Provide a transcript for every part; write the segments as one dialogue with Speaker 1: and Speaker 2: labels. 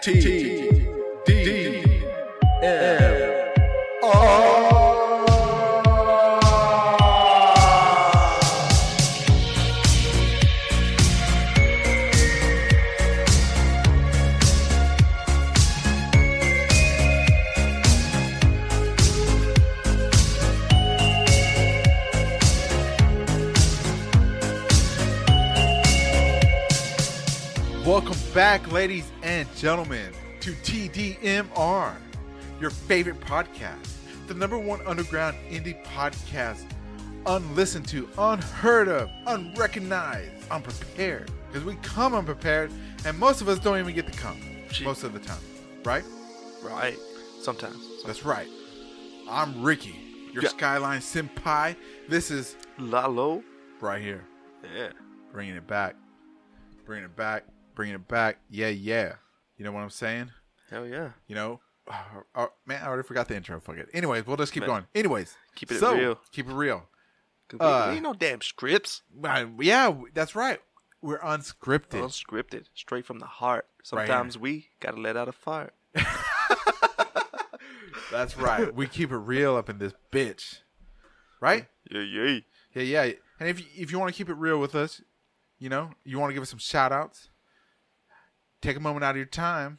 Speaker 1: T D M R. Welcome back, ladies and gentlemen, to TDMR, your favorite podcast, the number one underground indie podcast, unlistened to, unheard of, unrecognized, unprepared. Because we come unprepared, and most of us don't even get to come
Speaker 2: Gee.
Speaker 1: most of the time, right?
Speaker 2: Right. Sometimes. Some-
Speaker 1: That's right. I'm Ricky, your
Speaker 2: Yeah.
Speaker 1: Skyline Senpai. This is
Speaker 2: Lalo.
Speaker 1: right here,
Speaker 2: Yeah.
Speaker 1: bringing it back, bringing it back, bringing it back. Yeah, yeah. You know what I'm saying?
Speaker 2: Hell yeah.
Speaker 1: you know, oh, man, I already forgot the intro. Fuck it. Anyways, we'll just keep
Speaker 2: Man.
Speaker 1: going. Anyways,
Speaker 2: Keep it
Speaker 1: so,
Speaker 2: real.
Speaker 1: Keep it real.
Speaker 2: Cause
Speaker 1: Uh,
Speaker 2: we, ain't no damn scripts.
Speaker 1: Uh, yeah, that's right. We're unscripted.
Speaker 2: Unscripted. Straight from the heart.
Speaker 1: Right here.
Speaker 2: Sometimes we gotta let out a fire.
Speaker 1: that's right. We keep it real up in this bitch, right?
Speaker 2: Yeah, yeah.
Speaker 1: Yeah, yeah. And if you, if you want to keep it real with us, you know, you want to give us some shout outs, take a moment out of your time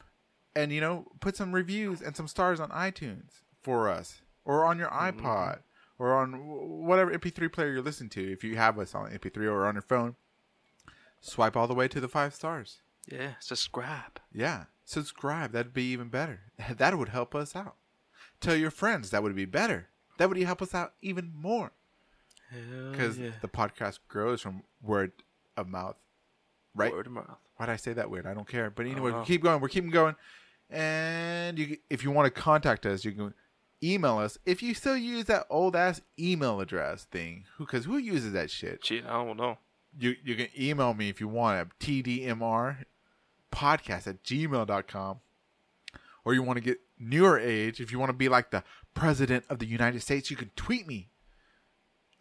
Speaker 1: and, you know, put some reviews and some stars on iTunes for us or on your iPod or on wh- whatever MP3 player you're listening to. If you have us on MP3 or on your phone, swipe all the way to the five stars.
Speaker 2: Yeah. Subscribe.
Speaker 1: Yeah. Subscribe. That'd be even better. That would help us out. Tell your friends. That would be better. That would help us out even more
Speaker 2: Hell
Speaker 1: because
Speaker 2: Mm, yeah.
Speaker 1: the podcast grows from word of mouth, right?
Speaker 2: Word of mouth.
Speaker 1: Why'd I say that weird? I don't care. But anyway, we
Speaker 2: know.
Speaker 1: keep going. We're keeping going. And you, if you want to contact us, you can email us. If you still use that old ass email address thing, because who uses that shit?
Speaker 2: Shit, I don't know.
Speaker 1: You you can email me if you want at tdmr podcast at gmail.com. Or you want to get newer age, if you want to be like the president of the United States, you can tweet me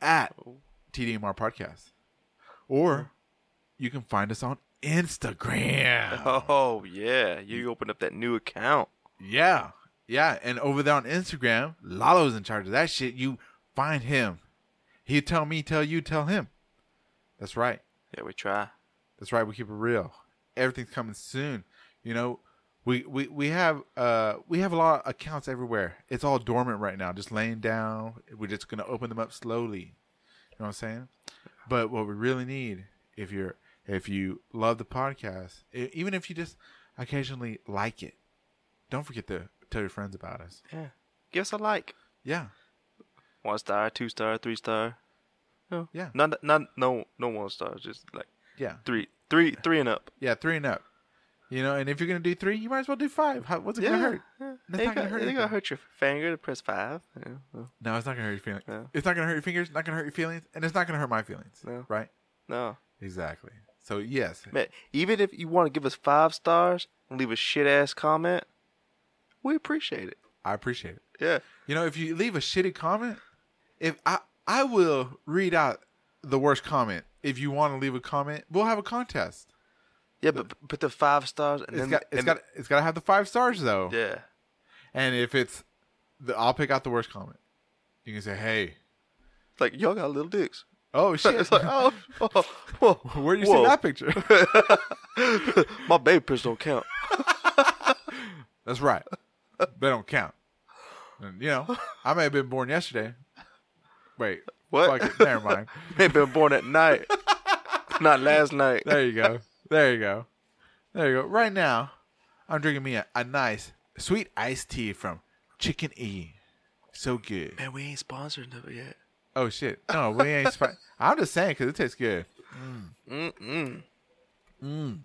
Speaker 1: at
Speaker 2: Oh.
Speaker 1: TDMR podcast. Or you can find us on Instagram.
Speaker 2: Oh yeah. You opened up that new account.
Speaker 1: Yeah. Yeah. And over there on Instagram, Lalo's in charge of that shit. You find him. He tell me, tell you, tell him. That's right.
Speaker 2: Yeah, we try.
Speaker 1: That's right. We keep it real. Everything's coming soon. You know, we, we, we have uh we have a lot of accounts everywhere. It's all dormant right now, just laying down. We're just gonna open them up slowly. You know what I'm saying? But what we really need, if you're if you love the podcast, e- even if you just occasionally like it, don't forget to tell your friends about us.
Speaker 2: Yeah. Give us a like.
Speaker 1: Yeah,
Speaker 2: One star, two star, three star. No.
Speaker 1: Yeah.
Speaker 2: Not not no no one star. Just like
Speaker 1: yeah,
Speaker 2: three three three and up.
Speaker 1: yeah. Three and up. You know, and if you're gonna do three, you might as well do five. How, what's it gonna hurt?
Speaker 2: yeah.
Speaker 1: That's
Speaker 2: They
Speaker 1: not gonna
Speaker 2: got-
Speaker 1: hurt
Speaker 2: they
Speaker 1: anything.
Speaker 2: gonna hurt your finger to press five. Yeah, well,
Speaker 1: No, it's not gonna hurt your feelings.
Speaker 2: No.
Speaker 1: It's not gonna hurt your fingers. Not gonna hurt your feelings, and it's not gonna hurt my feelings.
Speaker 2: No.
Speaker 1: Right?
Speaker 2: No,
Speaker 1: Exactly. So yes,
Speaker 2: man. Even if you want to give us five stars and leave a shit ass comment, we appreciate it.
Speaker 1: I appreciate it.
Speaker 2: Yeah.
Speaker 1: You know, if you leave a shitty comment, if I I will read out the worst comment. If you want to leave a comment, we'll have a contest.
Speaker 2: Yeah, but put the five stars and
Speaker 1: It's
Speaker 2: then
Speaker 1: got it's
Speaker 2: and-
Speaker 1: got it's got to have the five stars though.
Speaker 2: yeah.
Speaker 1: And if it's, the, I'll pick out the worst comment. You can say, "Hey,
Speaker 2: It's Like y'all got little dicks.
Speaker 1: oh shit,
Speaker 2: It's like oh, oh whoa,
Speaker 1: where do you
Speaker 2: whoa.
Speaker 1: see that picture?"
Speaker 2: My baby pics don't count.
Speaker 1: That's right. they don't count. And, you know, I may have been born yesterday. Wait.
Speaker 2: What?
Speaker 1: Fuck it. Never mind.
Speaker 2: they been born at night, not last night.
Speaker 1: There you go. There you go. There you go. Right now, I'm drinking me a, a nice sweet iced tea from Chicken E. So good.
Speaker 2: Man, we ain't sponsored of it yet.
Speaker 1: Oh shit. No, we ain't. Spi- I'm just saying because it tastes good.
Speaker 2: Mm mm. Mm.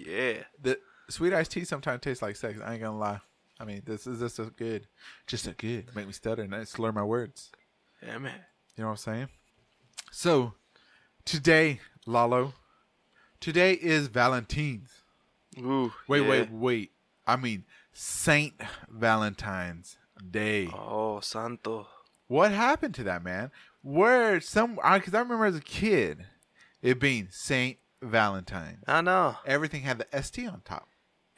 Speaker 2: Yeah.
Speaker 1: The sweet iced tea sometimes tastes like sex. I ain't gonna lie. I mean, this is just so good. Just so good. Make me stutter and I slur my words.
Speaker 2: Yeah, man.
Speaker 1: You know what I'm saying? So, today, Lalo, today is Valentine's.
Speaker 2: Ooh.
Speaker 1: Wait,
Speaker 2: yeah.
Speaker 1: wait, wait. I mean, Saint Valentine's Day.
Speaker 2: Oh, Santo.
Speaker 1: What happened to that, man? Where some, because I, remember as a kid it being Saint Valentine.
Speaker 2: I know.
Speaker 1: Everything had the ST on top.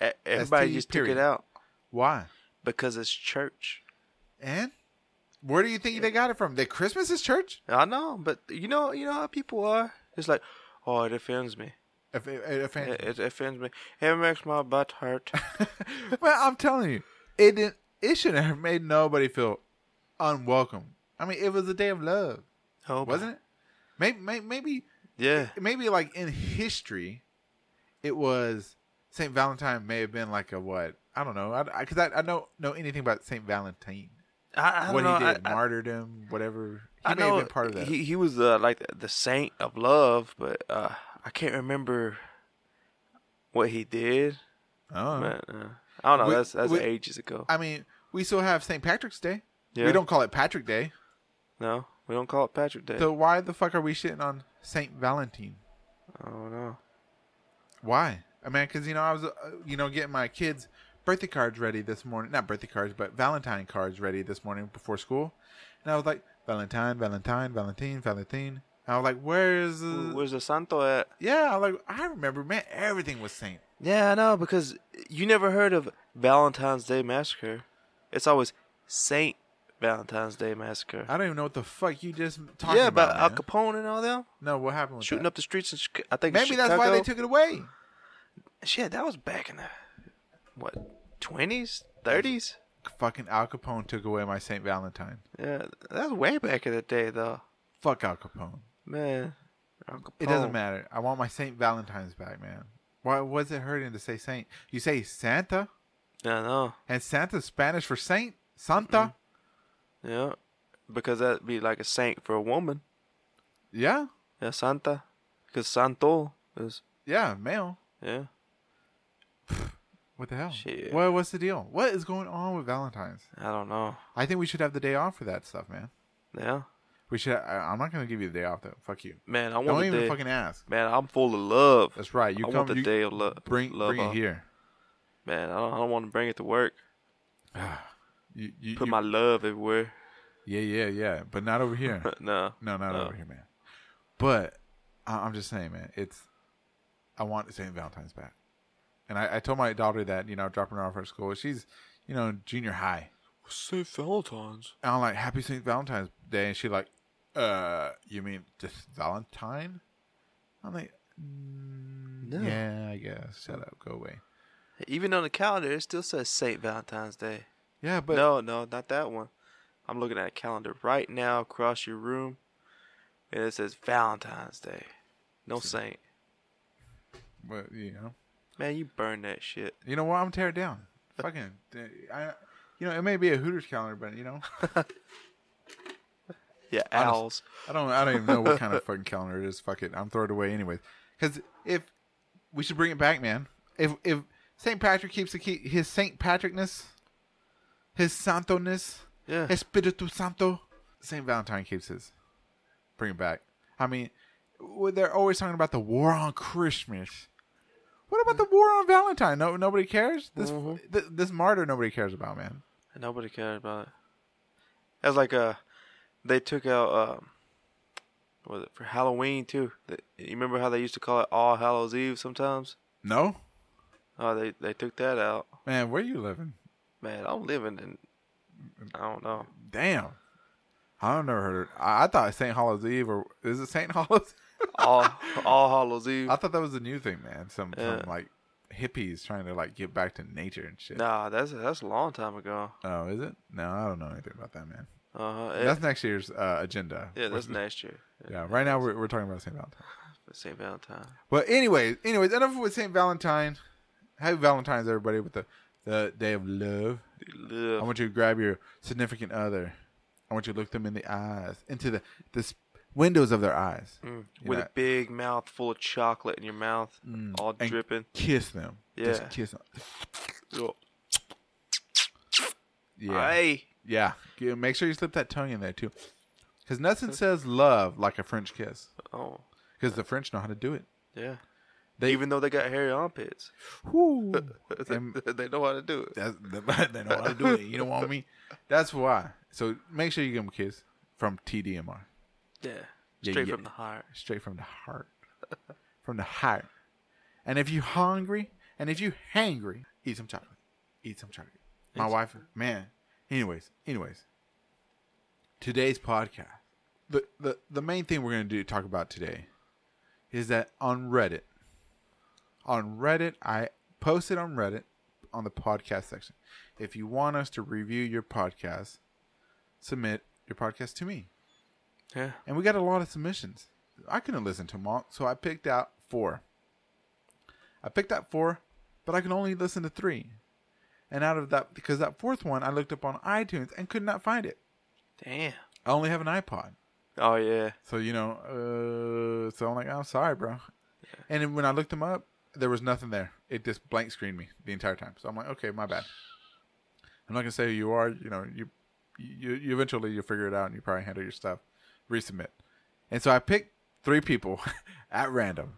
Speaker 2: E- Everybody
Speaker 1: STD,
Speaker 2: just took
Speaker 1: period.
Speaker 2: it out
Speaker 1: Why?
Speaker 2: because it's church.
Speaker 1: And where do you think they got it from? That Christmas is church?
Speaker 2: I know, but you know, you know how people are. It's like, oh, it offends me.
Speaker 1: If, if, if,
Speaker 2: It, it offends me. It makes my butt hurt.
Speaker 1: well, I'm telling you, it didn't. It shouldn't have made nobody feel unwelcome. I mean, it was a day of love,
Speaker 2: Oh,
Speaker 1: wasn't it? Maybe, maybe, maybe,
Speaker 2: Yeah.
Speaker 1: maybe like in history, it was Saint Valentine may have been like a what? I don't know. I because I, I, don't know anything about Saint Valentine.
Speaker 2: I, I don't
Speaker 1: What
Speaker 2: know.
Speaker 1: he did,
Speaker 2: I, I-
Speaker 1: martyrdom, whatever. He
Speaker 2: I
Speaker 1: may
Speaker 2: know
Speaker 1: have been part of that.
Speaker 2: He, he was uh, like the, the saint of love, but uh, I can't remember what he did.
Speaker 1: oh.
Speaker 2: But, uh, I don't know.
Speaker 1: We-
Speaker 2: that's that's
Speaker 1: we-
Speaker 2: ages ago.
Speaker 1: I mean, we still have Saint Patrick's Day.
Speaker 2: Yeah.
Speaker 1: We don't call it Patrick Day.
Speaker 2: no, we don't call it Patrick Day.
Speaker 1: So why the fuck are we shitting on Saint Valentine?
Speaker 2: I don't know.
Speaker 1: Why? I mean, because you know, I was uh, you know getting my kids' birthday cards ready this morning. Not birthday cards, but Valentine cards ready this morning before school. And I was like, Valentine, Valentine, Valentine, Valentine. And I was like, where's?
Speaker 2: Wh-
Speaker 1: Uh,
Speaker 2: Where's the Santo at?
Speaker 1: yeah, I was like I remember, man. Everything was Saint.
Speaker 2: Yeah, I know because you never heard of Valentine's Day Massacre. It's always Saint Valentine's Day Massacre.
Speaker 1: I don't even know what the fuck you just talking
Speaker 2: yeah,
Speaker 1: about.
Speaker 2: about Al
Speaker 1: man.
Speaker 2: Capone and all them
Speaker 1: no, what happened with
Speaker 2: shooting
Speaker 1: that?
Speaker 2: up the streets. In, Chica- I think in
Speaker 1: Maybe that's why
Speaker 2: Chicago.
Speaker 1: they took it away.
Speaker 2: Shit, that was back in the what twenties, thirties.
Speaker 1: Fucking Al Capone took away my Saint Valentine.
Speaker 2: Yeah, that was way back in the day, though.
Speaker 1: Fuck Al Capone.
Speaker 2: Man, Al
Speaker 1: It
Speaker 2: Capone.
Speaker 1: doesn't matter. I want my Saint Valentine's back, man. Why was it hurting to say Saint? You say Santa,
Speaker 2: I know.
Speaker 1: and Santa's Spanish for Saint. Santa.
Speaker 2: Yeah, because that'd be like a saint for a woman. Mm-hmm.
Speaker 1: Yeah,
Speaker 2: Yeah, Santa, because Santo is
Speaker 1: yeah, male.
Speaker 2: yeah.
Speaker 1: What the hell?
Speaker 2: Shit.
Speaker 1: What, what's the deal? What is going on with Valentine's?
Speaker 2: I don't know.
Speaker 1: I think we should have the day off for that stuff, man.
Speaker 2: Yeah,
Speaker 1: We should. I, I'm not gonna give you the day off though. Fuck you.
Speaker 2: man, I want
Speaker 1: Don't
Speaker 2: the
Speaker 1: even
Speaker 2: day.
Speaker 1: fucking ask.
Speaker 2: Man, I'm full of love.
Speaker 1: That's right. You
Speaker 2: I
Speaker 1: come.
Speaker 2: want the
Speaker 1: you
Speaker 2: day of love.
Speaker 1: bring
Speaker 2: love
Speaker 1: bring
Speaker 2: off.
Speaker 1: it here.
Speaker 2: Man, I don't, I don't want to bring it to work.
Speaker 1: You, you,
Speaker 2: Put
Speaker 1: you-
Speaker 2: my love everywhere.
Speaker 1: yeah, yeah, yeah. But not over here.
Speaker 2: no.
Speaker 1: No, not
Speaker 2: No.
Speaker 1: over here, man. But I- I'm just saying, man. It's I want St. Valentine's back, and I, I told my daughter that you know dropping her off at school. She's you know junior high,
Speaker 2: Say Valentine's.
Speaker 1: and I'm like Happy St. Valentine's Day, and she like, uh, you mean just Valentine? I'm like, mm,
Speaker 2: No.
Speaker 1: yeah, I guess. Shut up, go away.
Speaker 2: Even on the calendar, it still says Saint Valentine's Day.
Speaker 1: Yeah, but
Speaker 2: no, no, not that one. I'm looking at a calendar right now across your room, and it says Valentine's Day. No saint.
Speaker 1: but you know,
Speaker 2: Man, you burn that shit.
Speaker 1: you know what? I'm gonna tear it down. Fucking, uh, I, you know, it may be a Hooters calendar, but you know,
Speaker 2: Yeah, owls.
Speaker 1: I don't. I don't even know what kind of fucking calendar it is. Fuck it. I'm throwing it away anyways. Because if we should bring it back, man. If if Saint Patrick keeps the key, his Saint Patrickness, his Santo ness,
Speaker 2: Yeah.
Speaker 1: Espiritu Santo, Saint Valentine keeps his. Bring it back. I mean, w- they're always talking about the war on Christmas. What about the war on Valentine? No, nobody cares. This
Speaker 2: Mm-hmm.
Speaker 1: th- this martyr, nobody cares about, man.
Speaker 2: And nobody cared about it. That's like uh, they took out um, what was it for Halloween too? They, you remember how they used to call it All Hallows Eve sometimes?
Speaker 1: No,
Speaker 2: Oh, they they took that out.
Speaker 1: man. Where you living?
Speaker 2: Man, I'm living in. I don't know.
Speaker 1: Damn. I've never heard. Of, I, I thought St. Hollows Eve or is it St. Hollows?
Speaker 2: All All Hallows Eve.
Speaker 1: I thought that was a new thing, man. Some,
Speaker 2: Yeah.
Speaker 1: some like hippies trying to like get back to nature and shit.
Speaker 2: Nah, that's that's a long time ago.
Speaker 1: Oh, is it? No, I don't know anything about that, man.
Speaker 2: Uh-huh. it-
Speaker 1: That's next year's uh, agenda.
Speaker 2: Yeah, that's next year. Yeah,
Speaker 1: Yeah, right now we're, we're talking about St. Valentine.
Speaker 2: for St. Valentine.
Speaker 1: But anyways, anyways, enough with St. Valentine. Happy Valentine's, everybody, with the the day of love. I
Speaker 2: Love.
Speaker 1: want you to grab your significant other. I want you to look them in the eyes, into the this windows of their eyes,
Speaker 2: Mm.
Speaker 1: You
Speaker 2: With
Speaker 1: know, mm,
Speaker 2: a big mouth full of chocolate in your mouth, all
Speaker 1: and-
Speaker 2: dripping.
Speaker 1: kiss them.
Speaker 2: Yeah.
Speaker 1: Just kiss them.
Speaker 2: Yeah.
Speaker 1: Yeah. Yeah. Yeah, Make sure you slip that tongue in there too. Because nothing says love like a French kiss.
Speaker 2: Oh,
Speaker 1: Because the French know how to do it.
Speaker 2: yeah.
Speaker 1: They-
Speaker 2: Even though they got hairy armpits,
Speaker 1: Whew.
Speaker 2: they,
Speaker 1: And
Speaker 2: they know how to do it.
Speaker 1: that's, they know how to do it. You know what I mean? That's why. So make sure you give them a kiss from TDMR.
Speaker 2: Yeah.
Speaker 1: Yeah,
Speaker 2: Straight
Speaker 1: yeah.
Speaker 2: from the heart.
Speaker 1: Straight from the heart. From the heart. And if you hungry, and if you hangry, Eat some chocolate. Eat some chocolate.
Speaker 2: Eat
Speaker 1: My
Speaker 2: some
Speaker 1: wife, man. Anyways, anyways. Today's podcast. The, the the main thing we're gonna do talk about today is that on Reddit. On Reddit, I posted on Reddit on the podcast section. If you want us to review your podcast, submit your podcast to me.
Speaker 2: Yeah.
Speaker 1: And we got a lot of submissions. I couldn't listen to them all, so I picked out four. I picked out four, but I can only listen to three. And out of that, because that fourth one I looked up on iTunes and could not find it.
Speaker 2: Damn.
Speaker 1: I only have an iPod.
Speaker 2: Oh yeah.
Speaker 1: So, you know, uh, so I'm like, I'm sorry, bro. And then when I looked them up, there was nothing there. It just blank screened me the entire time. So I'm like, okay, my bad. I'm not going to say who you are. You know, you, you, you eventually you'll figure it out and you probably handle your stuff. Resubmit. And so I picked three people at random.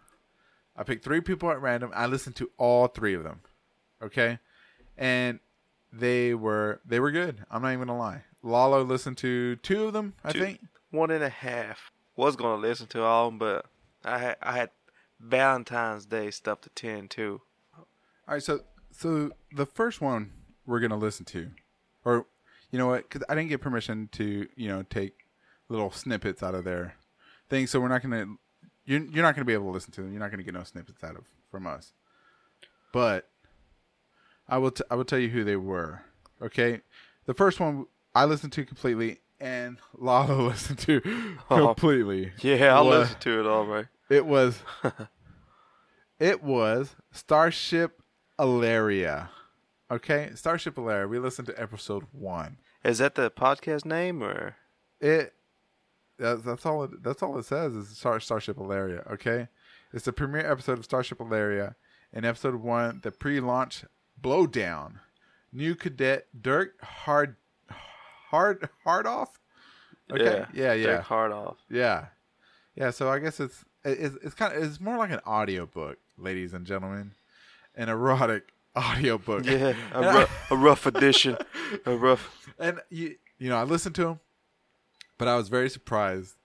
Speaker 1: I picked three people at random. I listened to all three of them. Okay? And they were they were good. I'm not even gonna lie. Lalo listened to two of them, I
Speaker 2: Two.
Speaker 1: think.
Speaker 2: One and a half. Was gonna listen to all, of 'em, but I had I had Valentine's Day stuff to tend to.
Speaker 1: All right, so so the first one we're gonna listen to, or you know what? Because I didn't get permission to you know take little snippets out of their thing, so we're not gonna you're you're not gonna be able to listen to them. You're not gonna get no snippets out of from us. But I will t- I will tell you who they were. Okay, the first one I listened to completely, and Lalo listened to completely.
Speaker 2: Yeah, I
Speaker 1: Wha-
Speaker 2: listened to it all, right.
Speaker 1: It was it was Starship Alaria. Okay, Starship Alaria. We listened to episode one.
Speaker 2: Is that the podcast name or?
Speaker 1: It that's, that's all. It, that's all it says is Star, Starship Alaria. Okay, it's the premiere episode of Starship Alaria, and episode one, the pre-launch blowdown. New cadet Dirk Hard Hard Hardoff. Okay, yeah, yeah, yeah.
Speaker 2: Jack Hardoff.
Speaker 1: yeah, So I guess it's it- it's, it's kind of it's more like an audiobook, ladies and gentlemen, an erotic audiobook.
Speaker 2: Yeah, a,
Speaker 1: And I-
Speaker 2: rough, a rough edition. A rough.
Speaker 1: and you you know I listened to him, but I was very surprised.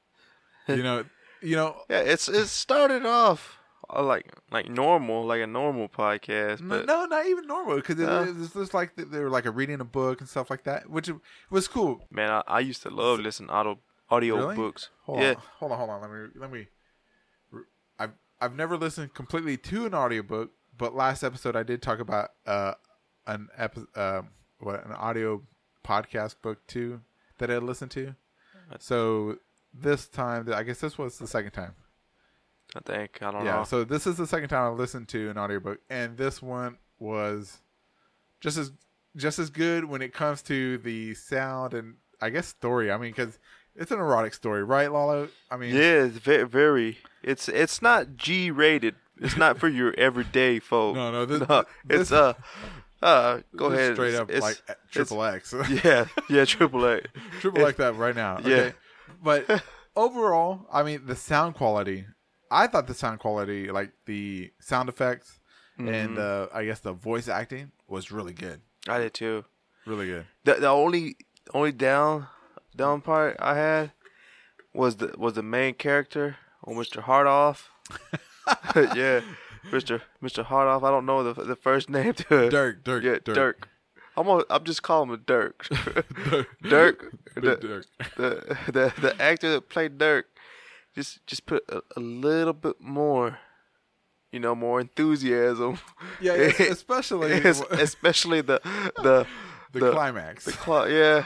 Speaker 1: You know, you know,
Speaker 2: Yeah, it's it started off uh, like like normal, like a normal podcast,
Speaker 1: n-
Speaker 2: but
Speaker 1: no, not even normal because it,
Speaker 2: Uh.
Speaker 1: it's just like th- they were like a reading a book and stuff like that, which was cool.
Speaker 2: man, I, I used to love listening auto audio
Speaker 1: Really?
Speaker 2: books.
Speaker 1: Hold
Speaker 2: yeah,
Speaker 1: on, hold on, hold on. Let me let me. I've I've never listened completely to an audiobook, but last episode I did talk about uh an epi- um what an audio podcast book too that I listened to. So this time, I guess this was the second time.
Speaker 2: I think I don't
Speaker 1: Yeah,
Speaker 2: know.
Speaker 1: so this is the second time I listened to an audiobook, and this one was just as just as good when it comes to the sound and I guess story. I mean, because it's an erotic story, right, Lalo? I mean,
Speaker 2: yeah, it's very, very. It's it's not G rated. It's not for your everyday folk.
Speaker 1: no, no, this,
Speaker 2: No,
Speaker 1: this-
Speaker 2: it's uh, uh, go
Speaker 1: this
Speaker 2: ahead.
Speaker 1: straight
Speaker 2: it's-
Speaker 1: up
Speaker 2: it's-
Speaker 1: like uh,
Speaker 2: it's-
Speaker 1: triple X,
Speaker 2: Yeah, yeah, triple A.
Speaker 1: triple X that right now. Okay?
Speaker 2: Yeah.
Speaker 1: but overall, I mean, the sound quality. I thought the sound quality, like the sound effects
Speaker 2: Mm-hmm.
Speaker 1: and uh, I guess the voice acting, was really good,
Speaker 2: I did too.
Speaker 1: really good.
Speaker 2: The the only only down down part I had was the was the main character or Mr. Hardoff. yeah, Mr. Mr. Hardoff. I don't know the the first name. To,
Speaker 1: Dirk, Dirk,
Speaker 2: Yeah,
Speaker 1: Dirk.
Speaker 2: Dirk. I'm gonna, I'm just calling him Dirk. Dirk. the,
Speaker 1: Big Dirk.
Speaker 2: The, the the actor that played Dirk just just put a, a little bit more, you know, more enthusiasm.
Speaker 1: Yeah, es- especially
Speaker 2: Es-
Speaker 1: w-
Speaker 2: especially the the
Speaker 1: the, climax.
Speaker 2: the cla- yeah.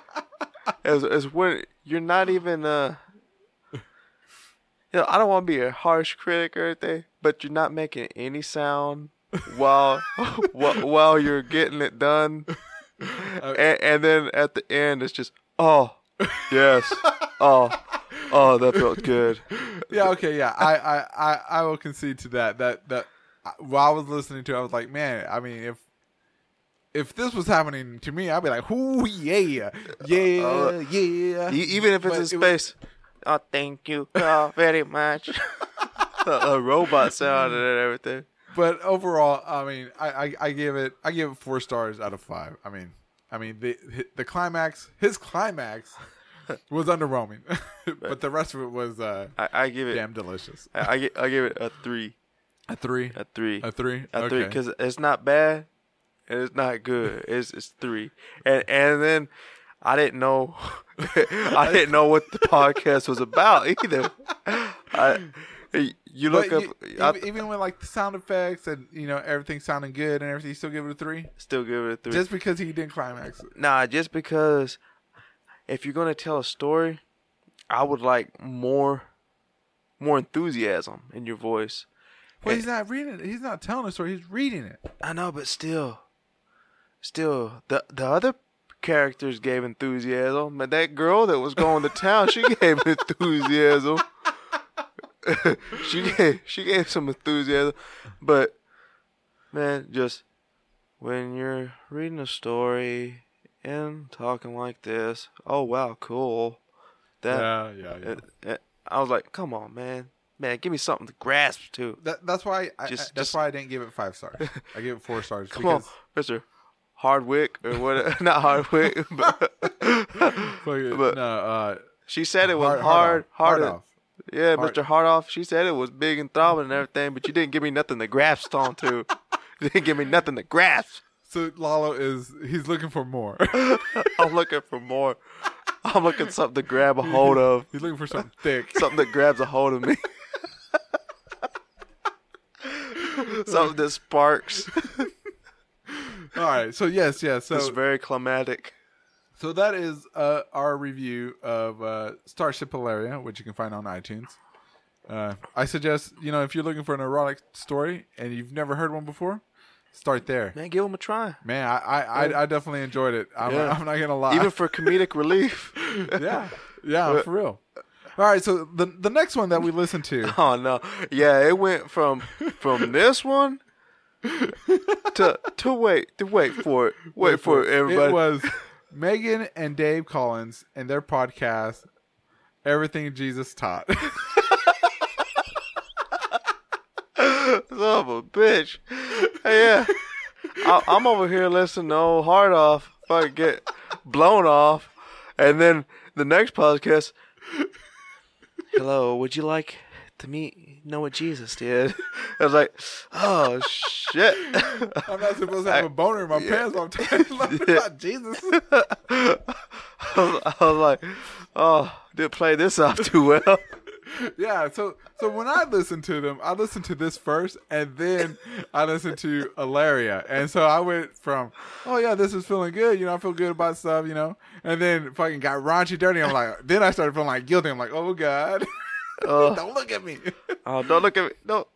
Speaker 2: as as when you're not even uh you know, I don't want to be a harsh critic or anything, but you're not making any sound while while, while you're getting it done. And, and then at the end it's just oh yes. Oh. Oh, that felt good.
Speaker 1: yeah, okay, yeah. I, I, I, I will concede to that. That that I- while I was listening to, it, I was like, man. I mean, if if this was happening to me, I'd be like, ooh, yeah, yeah,
Speaker 2: Uh,
Speaker 1: yeah.
Speaker 2: E- even if it's
Speaker 1: But it
Speaker 2: in
Speaker 1: was-
Speaker 2: space. Oh, thank you all very much. a, a robot sound and everything.
Speaker 1: but overall, I mean, I, I, I give it, I give it four stars out of five. I mean, I mean the the climax, his climax was underwhelming, but the rest of it was uh,
Speaker 2: I, I give it.
Speaker 1: damn delicious.
Speaker 2: I, I, gi- I give it a three.
Speaker 1: A three.
Speaker 2: A three.
Speaker 1: A three.
Speaker 2: A
Speaker 1: okay.
Speaker 2: three because it's not bad and it's not good. It's it's three, and and then I didn't know I didn't know what the podcast was about either. I, you
Speaker 1: But
Speaker 2: look up,
Speaker 1: you-
Speaker 2: I
Speaker 1: even, even with like the sound effects and you know everything sounding good and everything, you still give it a three
Speaker 2: still give it a three.
Speaker 1: just because he didn't climax. it.
Speaker 2: nah, just because if you're gonna tell a story, I would like more more enthusiasm in your voice.
Speaker 1: Well, he's not reading it. He's not telling a story. He's reading it.
Speaker 2: I know, but still, still, the the other characters gave enthusiasm, but that girl that was going to town, she gave enthusiasm. she gave she gave some enthusiasm, but man, just when you're reading a story and talking like this, oh wow, cool. That
Speaker 1: yeah,
Speaker 2: uh, uh, I was like, come on, man, man, give me something to grasp to.
Speaker 1: That, that's why. I,
Speaker 2: Just-
Speaker 1: I- that's
Speaker 2: just-
Speaker 1: why I didn't give it five stars. I gave it four stars.
Speaker 2: Come on, Mister Hardwick or what? not Hardwick, but
Speaker 1: Fuck it,
Speaker 2: But-
Speaker 1: no, uh,
Speaker 2: she said it was
Speaker 1: hard,
Speaker 2: hard,
Speaker 1: hard, off, hard
Speaker 2: hard,
Speaker 1: off.
Speaker 2: Yeah,
Speaker 1: Hard-
Speaker 2: Mister Hardoff. She said it was big and throbbing and everything, but you didn't give me nothing to grasp onto. you didn't give me nothing to grasp.
Speaker 1: So Lalo is he's looking for more.
Speaker 2: I'm looking for more. I'm looking something to grab a hold of.
Speaker 1: he's looking for something thick.
Speaker 2: Something that grabs a hold of me. something that sparks.
Speaker 1: All right. So yes, yes.
Speaker 2: It's
Speaker 1: So
Speaker 2: very climatic.
Speaker 1: so that is uh, our review of uh, Starship Hilaria, which you can find on iTunes. Uh, I suggest you know if you're looking for an erotic story and you've never heard one before, start there.
Speaker 2: Man, give him a try.
Speaker 1: Man, I I, I, I definitely enjoyed it. I'm,
Speaker 2: Yeah.
Speaker 1: I'm not gonna lie.
Speaker 2: Even for comedic relief.
Speaker 1: yeah, yeah, for real. All right. So the the next one that we listened to.
Speaker 2: Oh no. Yeah, it went from from this one to to wait to wait for it. Wait, for it, everybody.
Speaker 1: It was Megan and Dave Collins and their podcast, Everything Jesus Taught.
Speaker 2: Son of a bitch. Yeah. I, I'm over here listening to old hard off. Fucking get blown off. And then the next podcast. Hello, would you like to meet know what Jesus did? I was like, oh shit.
Speaker 1: I'm not supposed to have a boner in my pants while I'm talking about Jesus.
Speaker 2: I was, I was like, oh, didn't play this off too well.
Speaker 1: Yeah, so so when I listened to them, I listened to this first, and then I listened to Ilaria, and so I went from, oh yeah, this is feeling good, you know, I feel good about stuff, you know, and then fucking got raunchy, dirty. I'm like, then I started feeling like guilty. I'm like, oh god,
Speaker 2: Oh.
Speaker 1: don't look at me.
Speaker 2: Oh, don't look at me. No.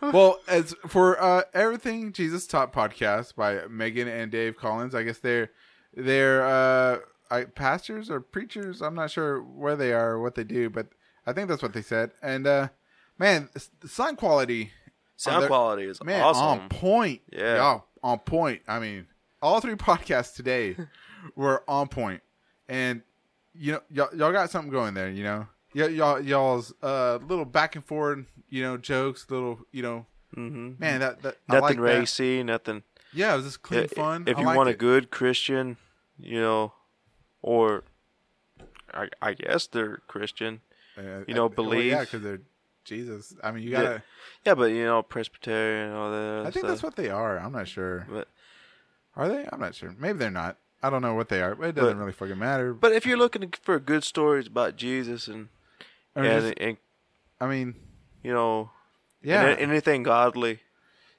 Speaker 1: well, as for uh, everything Jesus taught podcast by Megan and Dave Collins, I guess they're they're uh, I, pastors or preachers. I'm not sure where they are or what they do, but I think that's what they said. And uh, man, s- the sound quality, on
Speaker 2: Sound
Speaker 1: their-
Speaker 2: quality is
Speaker 1: man, um,
Speaker 2: awesome.
Speaker 1: on point.
Speaker 2: Yeah.
Speaker 1: Y'all, on point. I mean, all three podcasts today were on point, and you know, y'all, y'all got something going there. You know, y- y'all y'all's uh, little back and forth, you know, jokes, little, you know.
Speaker 2: Mm-hmm.
Speaker 1: Man, that, that I
Speaker 2: Nothing
Speaker 1: like that.
Speaker 2: racy, nothing.
Speaker 1: Yeah, it was just clean
Speaker 2: I-
Speaker 1: fun.
Speaker 2: If
Speaker 1: I
Speaker 2: you
Speaker 1: liked
Speaker 2: want a
Speaker 1: it.
Speaker 2: good Christian, you know, or I, I guess they're Christian.
Speaker 1: Uh,
Speaker 2: you know,
Speaker 1: uh, well, yeah,
Speaker 2: believe-
Speaker 1: because they're Jesus. I mean, you
Speaker 2: Yeah,
Speaker 1: gotta.
Speaker 2: Yeah, but you know, Presbyterian and all that.
Speaker 1: I think that's what they are. I'm not sure.
Speaker 2: But,
Speaker 1: Are they? I'm not sure. Maybe they're not. I don't know what they are. But it doesn't
Speaker 2: But-
Speaker 1: really fucking matter.
Speaker 2: but if you're looking for good stories about Jesus and
Speaker 1: I mean,
Speaker 2: and,
Speaker 1: just-
Speaker 2: and
Speaker 1: I mean,
Speaker 2: you know,
Speaker 1: yeah,
Speaker 2: and anything godly,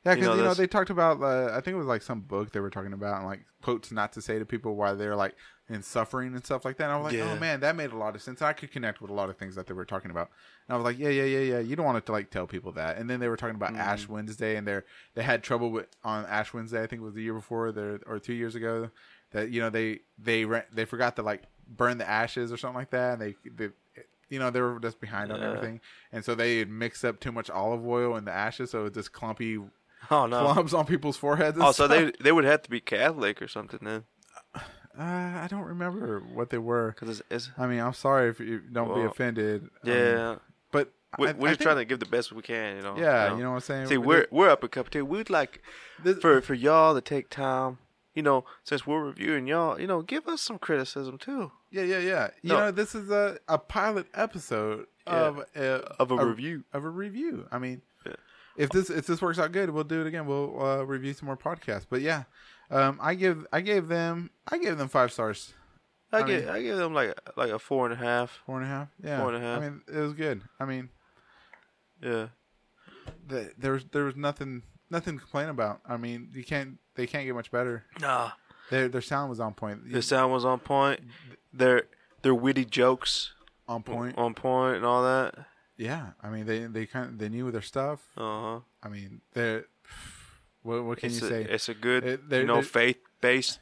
Speaker 1: yeah. Because
Speaker 2: know,
Speaker 1: you, know
Speaker 2: that's-
Speaker 1: they talked about. Uh, I think it was like some book they were talking about, and like quotes not to say to people while they're like in suffering and stuff like that. And I was like, oh
Speaker 2: Yeah.
Speaker 1: man, that made a lot of sense. I could connect with a lot of things that they were talking about. And I was like, yeah, yeah, yeah, yeah. You don't want it to like tell people that. And then they were talking about Ash
Speaker 2: Mm-hmm.
Speaker 1: Wednesday, and they are they had trouble with on Ash Wednesday. I think it was the year before, there or two years ago, that you know they they ran, they forgot to like burn the ashes or something like that, and they. they you know they were just behind on
Speaker 2: Yeah.
Speaker 1: everything, and so they had mixed up too much olive oil in the ashes, so it's just clumpy
Speaker 2: oh no.
Speaker 1: clumps on people's foreheads. And
Speaker 2: Oh, so
Speaker 1: stuff.
Speaker 2: they they would have to be Catholic or something then,
Speaker 1: Uh, I don't remember what they were.
Speaker 2: because it's, it's
Speaker 1: I mean, I'm sorry if you don't be
Speaker 2: Well,
Speaker 1: offended. I mean,
Speaker 2: yeah.
Speaker 1: but
Speaker 2: We,
Speaker 1: I-
Speaker 2: we're
Speaker 1: I
Speaker 2: just
Speaker 1: think-
Speaker 2: trying to give the best we can, you know.
Speaker 1: Yeah, you know what I'm saying.
Speaker 2: See, we're we're up a cup of tea. We'd like
Speaker 1: This-
Speaker 2: for for y'all to take time. You know, since we're reviewing y'all, you know, give us some criticism too
Speaker 1: yeah, yeah, yeah. You
Speaker 2: No.
Speaker 1: know, this is a, a pilot episode
Speaker 2: Yeah.
Speaker 1: of a,
Speaker 2: of a,
Speaker 1: a-
Speaker 2: review.
Speaker 1: of a review. I mean, if this if this works out good, we'll do it again. We'll uh, review some more podcasts. But yeah, um, I give I gave them I gave them five stars,
Speaker 2: I,
Speaker 1: I
Speaker 2: give
Speaker 1: mean-
Speaker 2: I give them like like a four and a half.
Speaker 1: four and a half. Yeah,
Speaker 2: Four and a half.
Speaker 1: I mean, it was good. I mean,
Speaker 2: Yeah,
Speaker 1: the, there was there was nothing nothing to complain about. I mean, you can't they can't get much better.
Speaker 2: nah.
Speaker 1: Their their sound was on point.
Speaker 2: The sound was on point. Their their witty jokes
Speaker 1: on point.
Speaker 2: on point and all that.
Speaker 1: Yeah, I mean they they kind of, they knew their stuff.
Speaker 2: Uh huh.
Speaker 1: I mean, they what what can
Speaker 2: It's
Speaker 1: you
Speaker 2: a,
Speaker 1: say?
Speaker 2: it's a good
Speaker 1: It- they're-
Speaker 2: you know
Speaker 1: they're-
Speaker 2: faith based.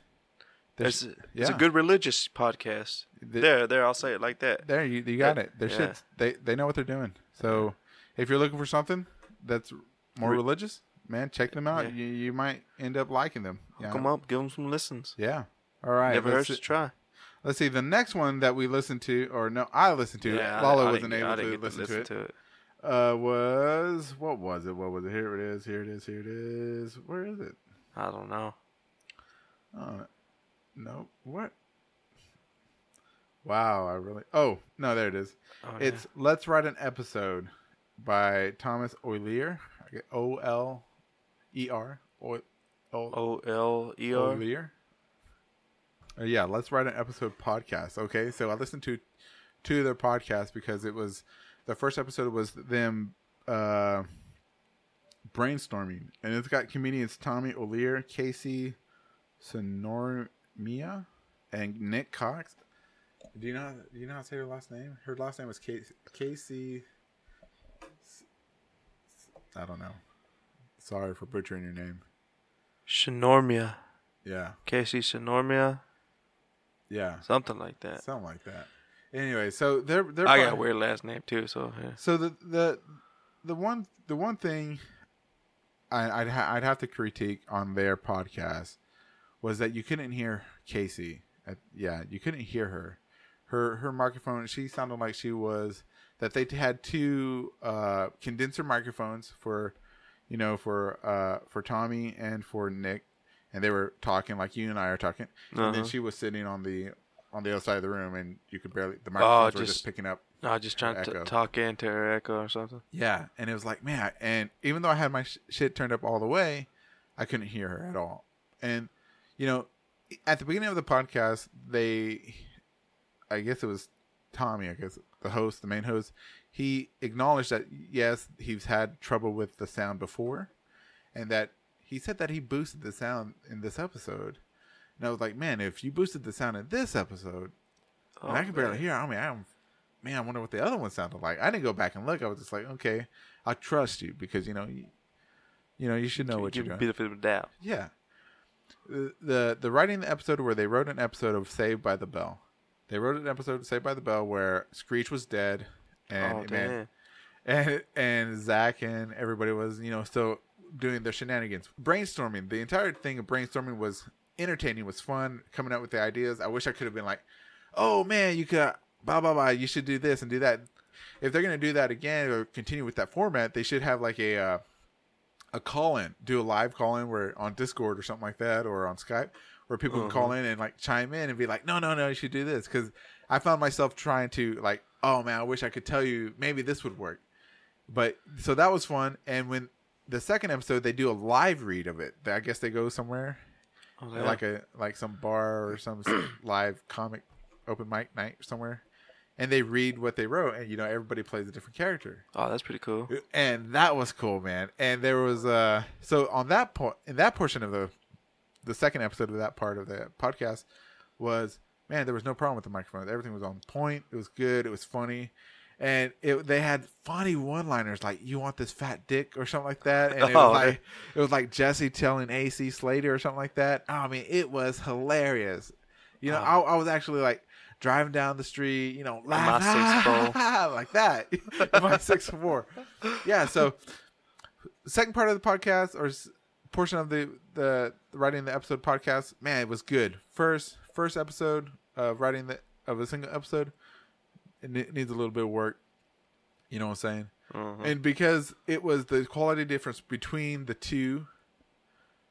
Speaker 1: There's-
Speaker 2: It's, it's a good religious podcast.
Speaker 1: The-
Speaker 2: there, there. I'll say it like that.
Speaker 1: There you you got
Speaker 2: Yeah.
Speaker 1: it. Their
Speaker 2: Yeah.
Speaker 1: shit they they know what they're doing. So if you're looking for something that's more
Speaker 2: Re-
Speaker 1: religious, man, check them out.
Speaker 2: Yeah.
Speaker 1: You you might end up liking them. Yeah.
Speaker 2: Come up, give them some listens.
Speaker 1: Yeah. All right.
Speaker 2: Never
Speaker 1: let's,
Speaker 2: hurts
Speaker 1: see,
Speaker 2: to try.
Speaker 1: let's see. The next one that we listened to, or no, I listened to.
Speaker 2: I- I
Speaker 1: Lala
Speaker 2: didn't-
Speaker 1: wasn't
Speaker 2: I
Speaker 1: able to
Speaker 2: didn't
Speaker 1: listen,
Speaker 2: get
Speaker 1: to it. Uh, was what was it? What was it? Here it is. Here it is. Here it is. Where is it?
Speaker 2: I don't know.
Speaker 1: Oh, no. What? Wow. I really. Oh no, there it is.
Speaker 2: Oh, yeah.
Speaker 1: It's Let's Write an Episode by Thomas Oilier. O L E R. Oil- Oil-
Speaker 2: O L E R.
Speaker 1: Oilier. Uh, Yeah, Let's Write an Episode podcast. Okay, so I listened to two of their podcasts because it was the first episode was them uh, brainstorming, and it's got comedians Tommy O'Lear, Casey Sonormia, and Nick Cox. Do you know how, do you know how to say her last name? Her last name was Casey. Casey I don't know. Sorry for butchering your name.
Speaker 2: Shinormia.
Speaker 1: Yeah,
Speaker 2: Casey Shinormia.
Speaker 1: yeah,
Speaker 2: Something like that.
Speaker 1: something like that. Anyway, so they're they're.
Speaker 2: I got a
Speaker 1: probably-
Speaker 2: weird last name too, so yeah.
Speaker 1: So the the the one the one thing I, I'd ha- I'd have to critique on their podcast was that you couldn't hear Casey. Uh, yeah, you couldn't hear her. Her her microphone. She sounded like she was that they had two uh, condenser microphones for you know for uh, for Tommy and for Nick, and they were talking like you and I are talking. And then
Speaker 2: Uh-huh.
Speaker 1: she was sitting on the on the other side of the room, and you could barely the
Speaker 2: Oh,
Speaker 1: microphones were just
Speaker 2: just-
Speaker 1: picking up
Speaker 2: No, I just trying
Speaker 1: Echo.
Speaker 2: to talk into her echo or something.
Speaker 1: yeah, and it was like, man, I- and even though I had my sh- shit turned up all the way, I couldn't hear her at all. And you know, at the beginning of the podcast, they, I guess it was Tommy, I guess the host, the main host, he acknowledged that yes, he's had trouble with the sound before, and that he said that he boosted the sound in this episode. And I was like, man, if you boosted the sound in this episode, and I
Speaker 2: Oh,
Speaker 1: can barely
Speaker 2: man.
Speaker 1: hear. I mean, I'm, man, I wonder what the other one sounded like. I didn't go back and look. I was just like, okay, I trust you because you know, you, you know, you should know what
Speaker 2: Give
Speaker 1: you're
Speaker 2: me
Speaker 1: doing.
Speaker 2: a bit of a doubt.
Speaker 1: Yeah. The, the the writing the episode where they wrote an episode of Saved by the Bell. They wrote an episode of Saved by the Bell where Screech was dead and
Speaker 2: oh,
Speaker 1: man,
Speaker 2: damn.
Speaker 1: and and Zach and everybody was you know still doing their shenanigans, brainstorming. The entire thing of brainstorming was entertaining, was fun, coming up with the ideas. I wish I could have been like, oh man, you could blah blah blah, you should do this and do that. If they're gonna do that again or continue with that format, they should have like a uh, a call in, do a live call in where on Discord or something like that or on Skype where people can call in and like chime in and be like, no, no, no, you should do this because I found myself trying to like, oh man, I wish I could tell you maybe this would work, but so that was fun. And when the second episode, they do a live read of it. I guess they go somewhere
Speaker 2: Oh,
Speaker 1: at,
Speaker 2: damn.
Speaker 1: like a like some bar or some s- live comic open mic night somewhere and they read what they wrote and you know everybody plays a different character
Speaker 2: oh, that's pretty cool.
Speaker 1: and that was cool man and there was uh so on that point in that portion of the the second episode of that part of the podcast was man there was no problem with the microphones everything was on point it was good it was funny and it, they had funny one-liners like "you want this fat dick" or something like that, and it
Speaker 2: Oh,
Speaker 1: was like it was like Jesse telling AC Slater or something like that. I mean, it was hilarious. You know, I, I was actually like driving down the street, you know, laugh,
Speaker 2: sixth
Speaker 1: like that, in my six four. Yeah. So, second part of the podcast or s- portion of the the writing the episode podcast, man, it was good. First first episode of writing the of a single episode, it ne- needs a little bit of work. You know what I'm saying?
Speaker 2: Mhm.
Speaker 1: And because it was the quality difference between the two,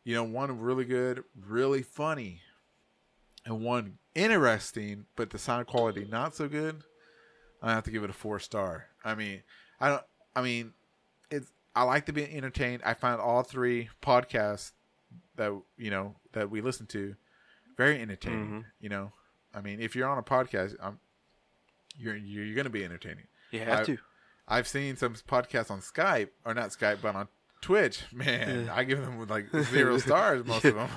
Speaker 1: you know, one really good, really funny, and one interesting, but the sound quality not so good. I have to give it a four star. I mean, I don't. I mean, it's I like to be entertained. I find all three podcasts that you know that we listen to very entertaining. You know, I mean, if you're on a podcast, i you're you're, you're going to be entertaining.
Speaker 2: You have
Speaker 1: I-
Speaker 2: to.
Speaker 1: I've seen some podcasts on Skype or not Skype, but on Twitch. Man, I give them like zero stars most of them.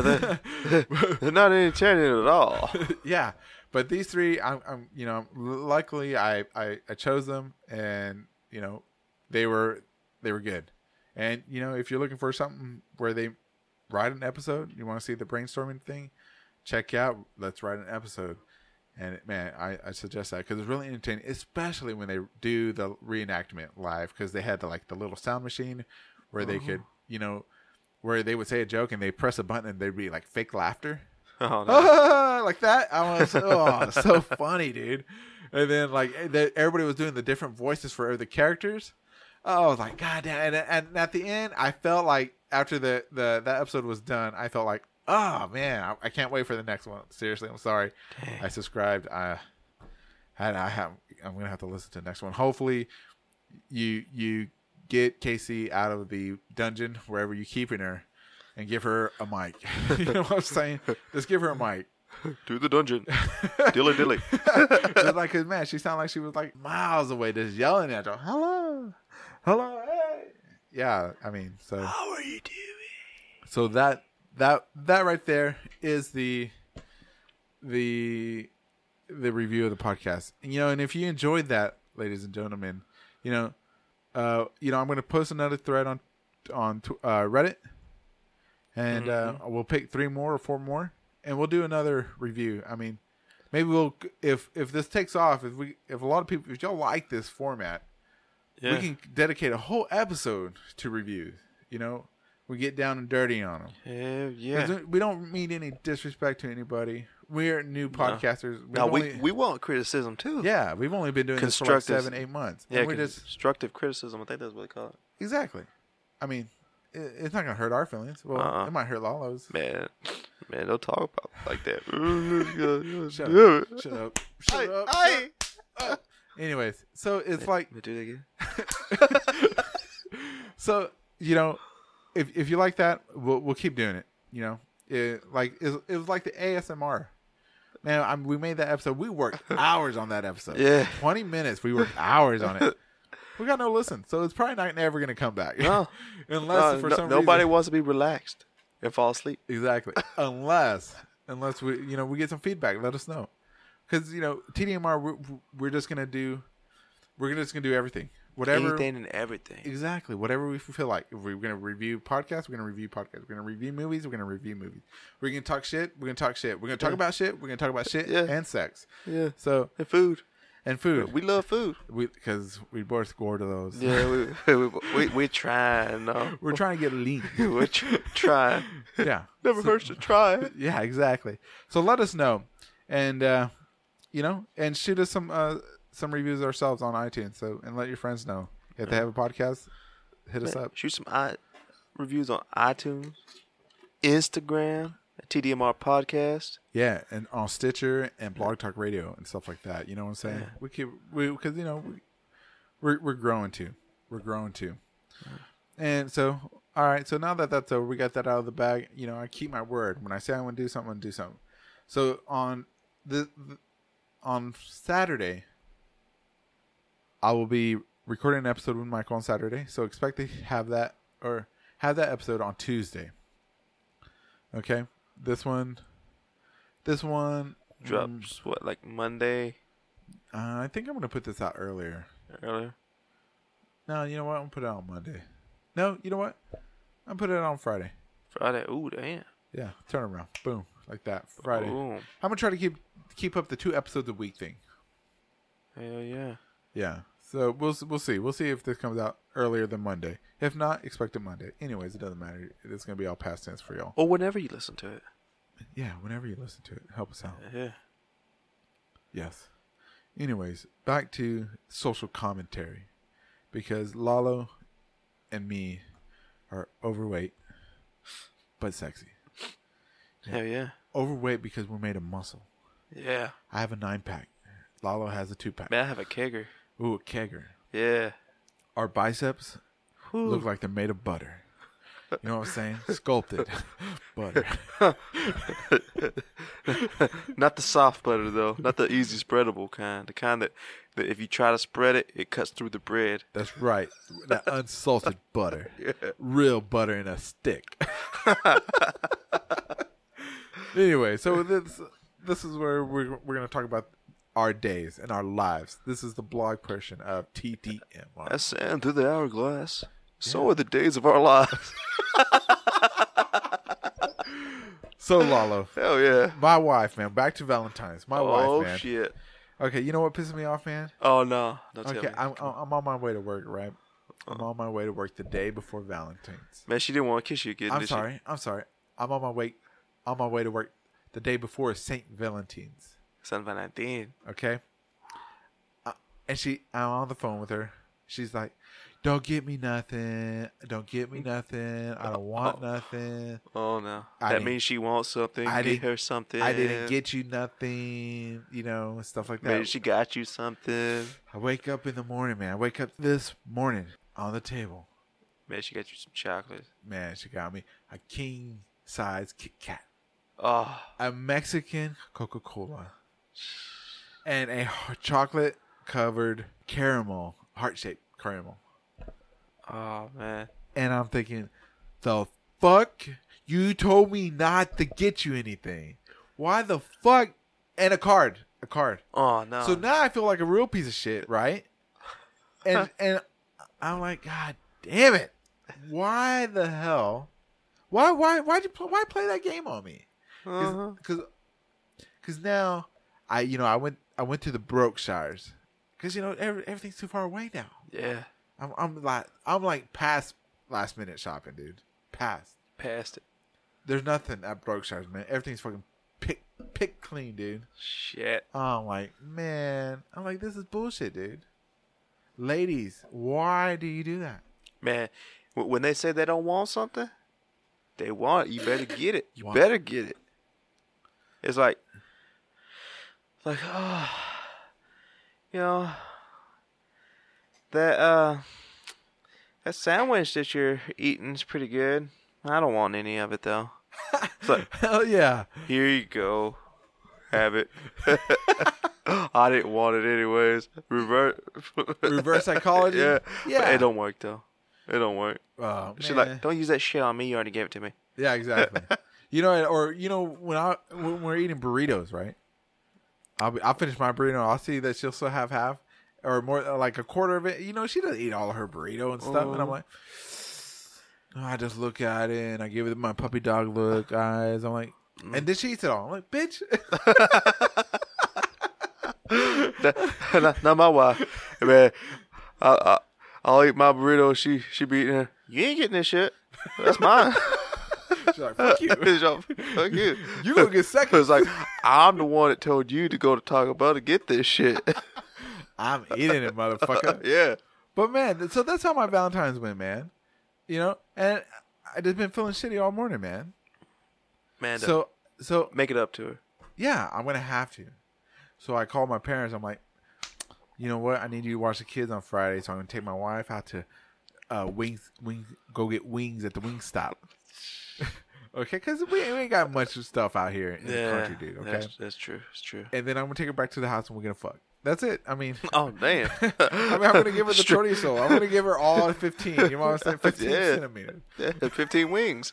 Speaker 2: that, they're not entertaining at all.
Speaker 1: yeah but these three i'm, I'm you know luckily I, I i chose them and you know they were they were good and you know if you're looking for something where they write an episode you want to see the brainstorming thing check out let's write an episode and man i, I suggest that because it's really entertaining especially when they do the reenactment live because they had the, like the little sound machine where they could you know where they would say a joke and they press a button and there'd be like fake laughter
Speaker 2: Oh, no.
Speaker 1: "Ah," like that. I was oh, so funny, dude. And then like eh, the, everybody was doing the different voices for the characters. Oh, I was like, God damn! And, and at the end, I felt like after the, the that episode was done, I felt like, oh man, I, I can't wait for the next one. Seriously, I'm sorry. I subscribed. I and I have I'm gonna have to listen to the next one. Hopefully, you you get Casey out of the dungeon wherever you're keeping her, and give her a mic. you know what I'm saying? Just give her a mic.
Speaker 2: To the dungeon. dilly dilly.
Speaker 1: It's like, cause man, she sounded like she was like miles away, just yelling at her, "Hello, hello, hey!" Yeah, I mean, so
Speaker 2: How are you doing?
Speaker 1: so that that that right there is the the the review of the podcast. And, you know, and if you enjoyed that, ladies and gentlemen, you know, uh, you know, I'm going to post another thread on on tw- uh, Reddit, and uh, we'll pick three more or four more, and we'll do another review. I mean, maybe we'll if if this takes off, if we if a lot of people if y'all like this format,
Speaker 2: Yeah.
Speaker 1: we can dedicate a whole episode to reviews. You know, we get down and dirty on them.
Speaker 2: Hell yeah.
Speaker 1: 'Cause We don't mean any disrespect to anybody. We're new podcasters. We've
Speaker 2: Now, we,
Speaker 1: only-
Speaker 2: we want criticism too.
Speaker 1: yeah, we've only been doing this for like
Speaker 2: Constructive-
Speaker 1: seven, eight months.
Speaker 2: Yeah,
Speaker 1: and we're just
Speaker 2: constructive criticism. I think that's what they call it.
Speaker 1: exactly. I mean, it, it's not gonna hurt our feelings. Well,
Speaker 2: Uh-uh.
Speaker 1: it might hurt Lalo's.
Speaker 2: Man, man, don't talk about it like Mm, that.
Speaker 1: Shut up! Shut up! Shut
Speaker 2: Hey,
Speaker 1: up!
Speaker 2: hey.
Speaker 1: Anyways, so it's like
Speaker 2: Let me do that again.
Speaker 1: so you know, if if you like that, we'll we'll keep doing it. You know, it, like it, it was like the ASMR. Man, I'm, we made that episode. We worked hours on that episode.
Speaker 2: Yeah.
Speaker 1: twenty minutes. We worked hours on it. We got no listen, so it's probably not ever going to come back.
Speaker 2: No.
Speaker 1: unless
Speaker 2: No,
Speaker 1: for
Speaker 2: no-
Speaker 1: some
Speaker 2: nobody
Speaker 1: reason,
Speaker 2: wants to be relaxed and fall asleep.
Speaker 1: exactly. unless unless we you know we get some feedback, let us know. Because you know TDMR, we're, we're just going to do we're just going to do everything, whatever
Speaker 2: Anything and everything.
Speaker 1: Exactly. Whatever we feel like. If we're going to review podcasts, we're going to review podcasts. We're going to review movies, we're going to review movies. We're going to talk shit, we're going to talk shit. We're going to talk about shit, we're going to talk about shit
Speaker 2: Yeah.
Speaker 1: and sex.
Speaker 2: Yeah.
Speaker 1: So,
Speaker 2: And food.
Speaker 1: and food.
Speaker 2: We love food.
Speaker 1: We Because we, both scored to those.
Speaker 2: Yeah, we, we, we, we're trying, no.
Speaker 1: We're trying to get lean.
Speaker 2: We're tr- trying.
Speaker 1: yeah.
Speaker 2: Never hurts to try.
Speaker 1: Yeah, exactly. So let us know. And, uh, you know, and shoot us some uh, some reviews ourselves on iTunes. So, and let your friends know. If they have a podcast, hit us up.
Speaker 2: Shoot some i- reviews on iTunes, Instagram, TDMR Podcast.
Speaker 1: Yeah, and on Stitcher and Blog Talk Radio and stuff like that. You know what I'm saying? We keep we because you know we, we're we're growing too. We're growing too. And so, all right. So now that that's over, we got that out of the bag. You know, I keep my word. When I say I'm going to do something, I'm going to do something. So on the, the on Saturday, I will be recording an episode with Michael on Saturday. So expect to have that or have that episode on Tuesday. Okay, this one, this one.
Speaker 2: Drops,
Speaker 1: Mm.
Speaker 2: what, like Monday
Speaker 1: Uh, I think I'm going to put this out earlier.
Speaker 2: earlier?
Speaker 1: No, you know what? I'm gonna put it out on Monday. No, you know what? I'm putting it on Friday.
Speaker 2: Friday. Ooh, damn.
Speaker 1: Yeah, turn around. Boom. Like that. Friday.
Speaker 2: Boom.
Speaker 1: I'm gonna try to keep keep up the two episodes a week thing.
Speaker 2: Hell yeah.
Speaker 1: Yeah. So we'll s- we'll see. We'll see if this comes out earlier than Monday. If not, expect it Monday. Anyways, it doesn't matter. It's gonna be all past tense for y'all.
Speaker 2: Or whenever you listen to it.
Speaker 1: Yeah, whenever you listen to it, help us out.
Speaker 2: Yeah.
Speaker 1: Yes. Anyways, back to social commentary because Lalo and me are overweight but sexy.
Speaker 2: Hell yeah.
Speaker 1: Overweight because we're made of muscle.
Speaker 2: Yeah.
Speaker 1: I have a nine pack. Lalo has a two pack.
Speaker 2: Man, I have a kegger.
Speaker 1: Ooh, a kegger.
Speaker 2: Yeah.
Speaker 1: Our biceps look like they're made of butter. You know what I'm saying? Sculpted butter.
Speaker 2: Not the soft butter though. Not the easy spreadable kind. The kind that, that if you try to spread it, it cuts through the bread.
Speaker 1: That's right. That unsalted butter. Real butter in a stick. anyway, so this this is where we're we're gonna talk about our days and our lives. This is the blog portion of TDM.
Speaker 2: As sand through the hourglass. So are the days of our lives.
Speaker 1: So Lalo,
Speaker 2: Hell yeah.
Speaker 1: my wife, man. Back to Valentine's. My
Speaker 2: oh
Speaker 1: wife, man.
Speaker 2: shit.
Speaker 1: Okay, you know what pisses me off, man?
Speaker 2: Oh no. Don't tell
Speaker 1: Okay,
Speaker 2: me. Uh-huh.
Speaker 1: I'm I'm on my way to work, right? I'm on my way to work the day before Valentine's.
Speaker 2: Man, she didn't want to kiss you again.
Speaker 1: I'm
Speaker 2: did
Speaker 1: sorry. I'm sorry. I'm on my way. On my way to work. The day before is Saint Valentine's.
Speaker 2: She? San Valentin.
Speaker 1: Okay. Uh, and she, I'm on the phone with her. She's like, "Don't get me nothing. Don't get me nothing. I don't want nothing.
Speaker 2: Oh no.
Speaker 1: I
Speaker 2: that
Speaker 1: didn't-
Speaker 2: means she wants something.
Speaker 1: I
Speaker 2: Get
Speaker 1: didn't-
Speaker 2: her something.
Speaker 1: I didn't get you nothing. You know, and stuff like
Speaker 2: Maybe
Speaker 1: that."
Speaker 2: she got you something.
Speaker 1: I wake up in the morning, man. I wake up this morning on the table.
Speaker 2: Maybe she got you some chocolate.
Speaker 1: Man, she got me a king size Kit Kat.
Speaker 2: Oh,
Speaker 1: a Mexican Coca Cola, and a chocolate covered caramel, heart shaped caramel.
Speaker 2: oh man.
Speaker 1: And I'm thinking, the fuck? You told me not to get you anything. Why the fuck? And a card. A card.
Speaker 2: Oh no.
Speaker 1: So now I feel like a real piece of shit, right? And and I'm like, God damn it! Why the hell? Why why why you pl- why play that game on me?
Speaker 2: Uh-huh.
Speaker 1: Because because now I you know I went I went to the Brokeshires because you know every, everything's too far away now.
Speaker 2: Yeah.
Speaker 1: I'm I'm like I'm like past last minute shopping, dude. Past
Speaker 2: Past it.
Speaker 1: there's nothing at Brokeshires, man. Everything's fucking pick pick clean, dude.
Speaker 2: Shit.
Speaker 1: I'm like, man, I'm like, this is bullshit, dude. Ladies, why do you do that?
Speaker 2: Man, wh- when they say they don't want something, they want it. You better get it. You
Speaker 1: Wow.
Speaker 2: better get it. It's like, like, oh, you know, that uh, that sandwich that you're eating is pretty good. I don't want any of it though. It's like,
Speaker 1: Hell yeah.
Speaker 2: here you go, have it. I didn't want it anyways. Reverse,
Speaker 1: Reverse psychology?
Speaker 2: yeah, yeah.
Speaker 1: Yeah.
Speaker 2: It don't work though. It don't work.
Speaker 1: Oh,
Speaker 2: She's
Speaker 1: man.
Speaker 2: like, "Don't use that shit on me. You already gave it to me."
Speaker 1: yeah, exactly. you know, or you know, when I when we're eating burritos, right? I'll be, I'll finish my burrito. I'll see that she'll still have half or more, uh, like a quarter of it. You know, she doesn't eat all of her burrito and stuff, and I'm
Speaker 2: Mhm.
Speaker 1: like. I just look at it and I give it my puppy dog look, eyes. I'm like,
Speaker 2: Mm.
Speaker 1: and then she eats it all. I'm like, bitch.
Speaker 2: That- not, not my wife, man. I, I, I'll eat my burrito. She she be eating. Her. You ain't getting this shit. That's mine.
Speaker 1: She's like, fuck you.
Speaker 2: It's your- Fuck you.
Speaker 1: You gonna get second.
Speaker 2: It's like I'm the one that told you to go to Taco Bell to get this shit.
Speaker 1: I'm eating it, motherfucker.
Speaker 2: yeah.
Speaker 1: But man, th- so that's how my Valentine's went, man. You know, and I just been feeling shitty all morning, man.
Speaker 2: Man, so
Speaker 1: So, so
Speaker 2: make it up to her.
Speaker 1: yeah, I'm gonna have to. So I called my parents. I'm like, you know what? I need you to watch the kids on Friday, so I'm gonna take my wife out to uh, wings, wings, go get wings at the wing stop. okay, because we, we ain't got much stuff out here in the
Speaker 2: Yeah,
Speaker 1: country, dude. Okay,
Speaker 2: that's, that's true. It's true.
Speaker 1: and then I'm gonna take her back to the house and we're gonna fuck. That's it. I mean.
Speaker 2: Oh damn.
Speaker 1: I mean, I'm gonna give her the chorizo. I'm gonna give her all 15. You know what I'm saying? 15
Speaker 2: Yeah.
Speaker 1: centimeters.
Speaker 2: Yeah, Fifteen wings.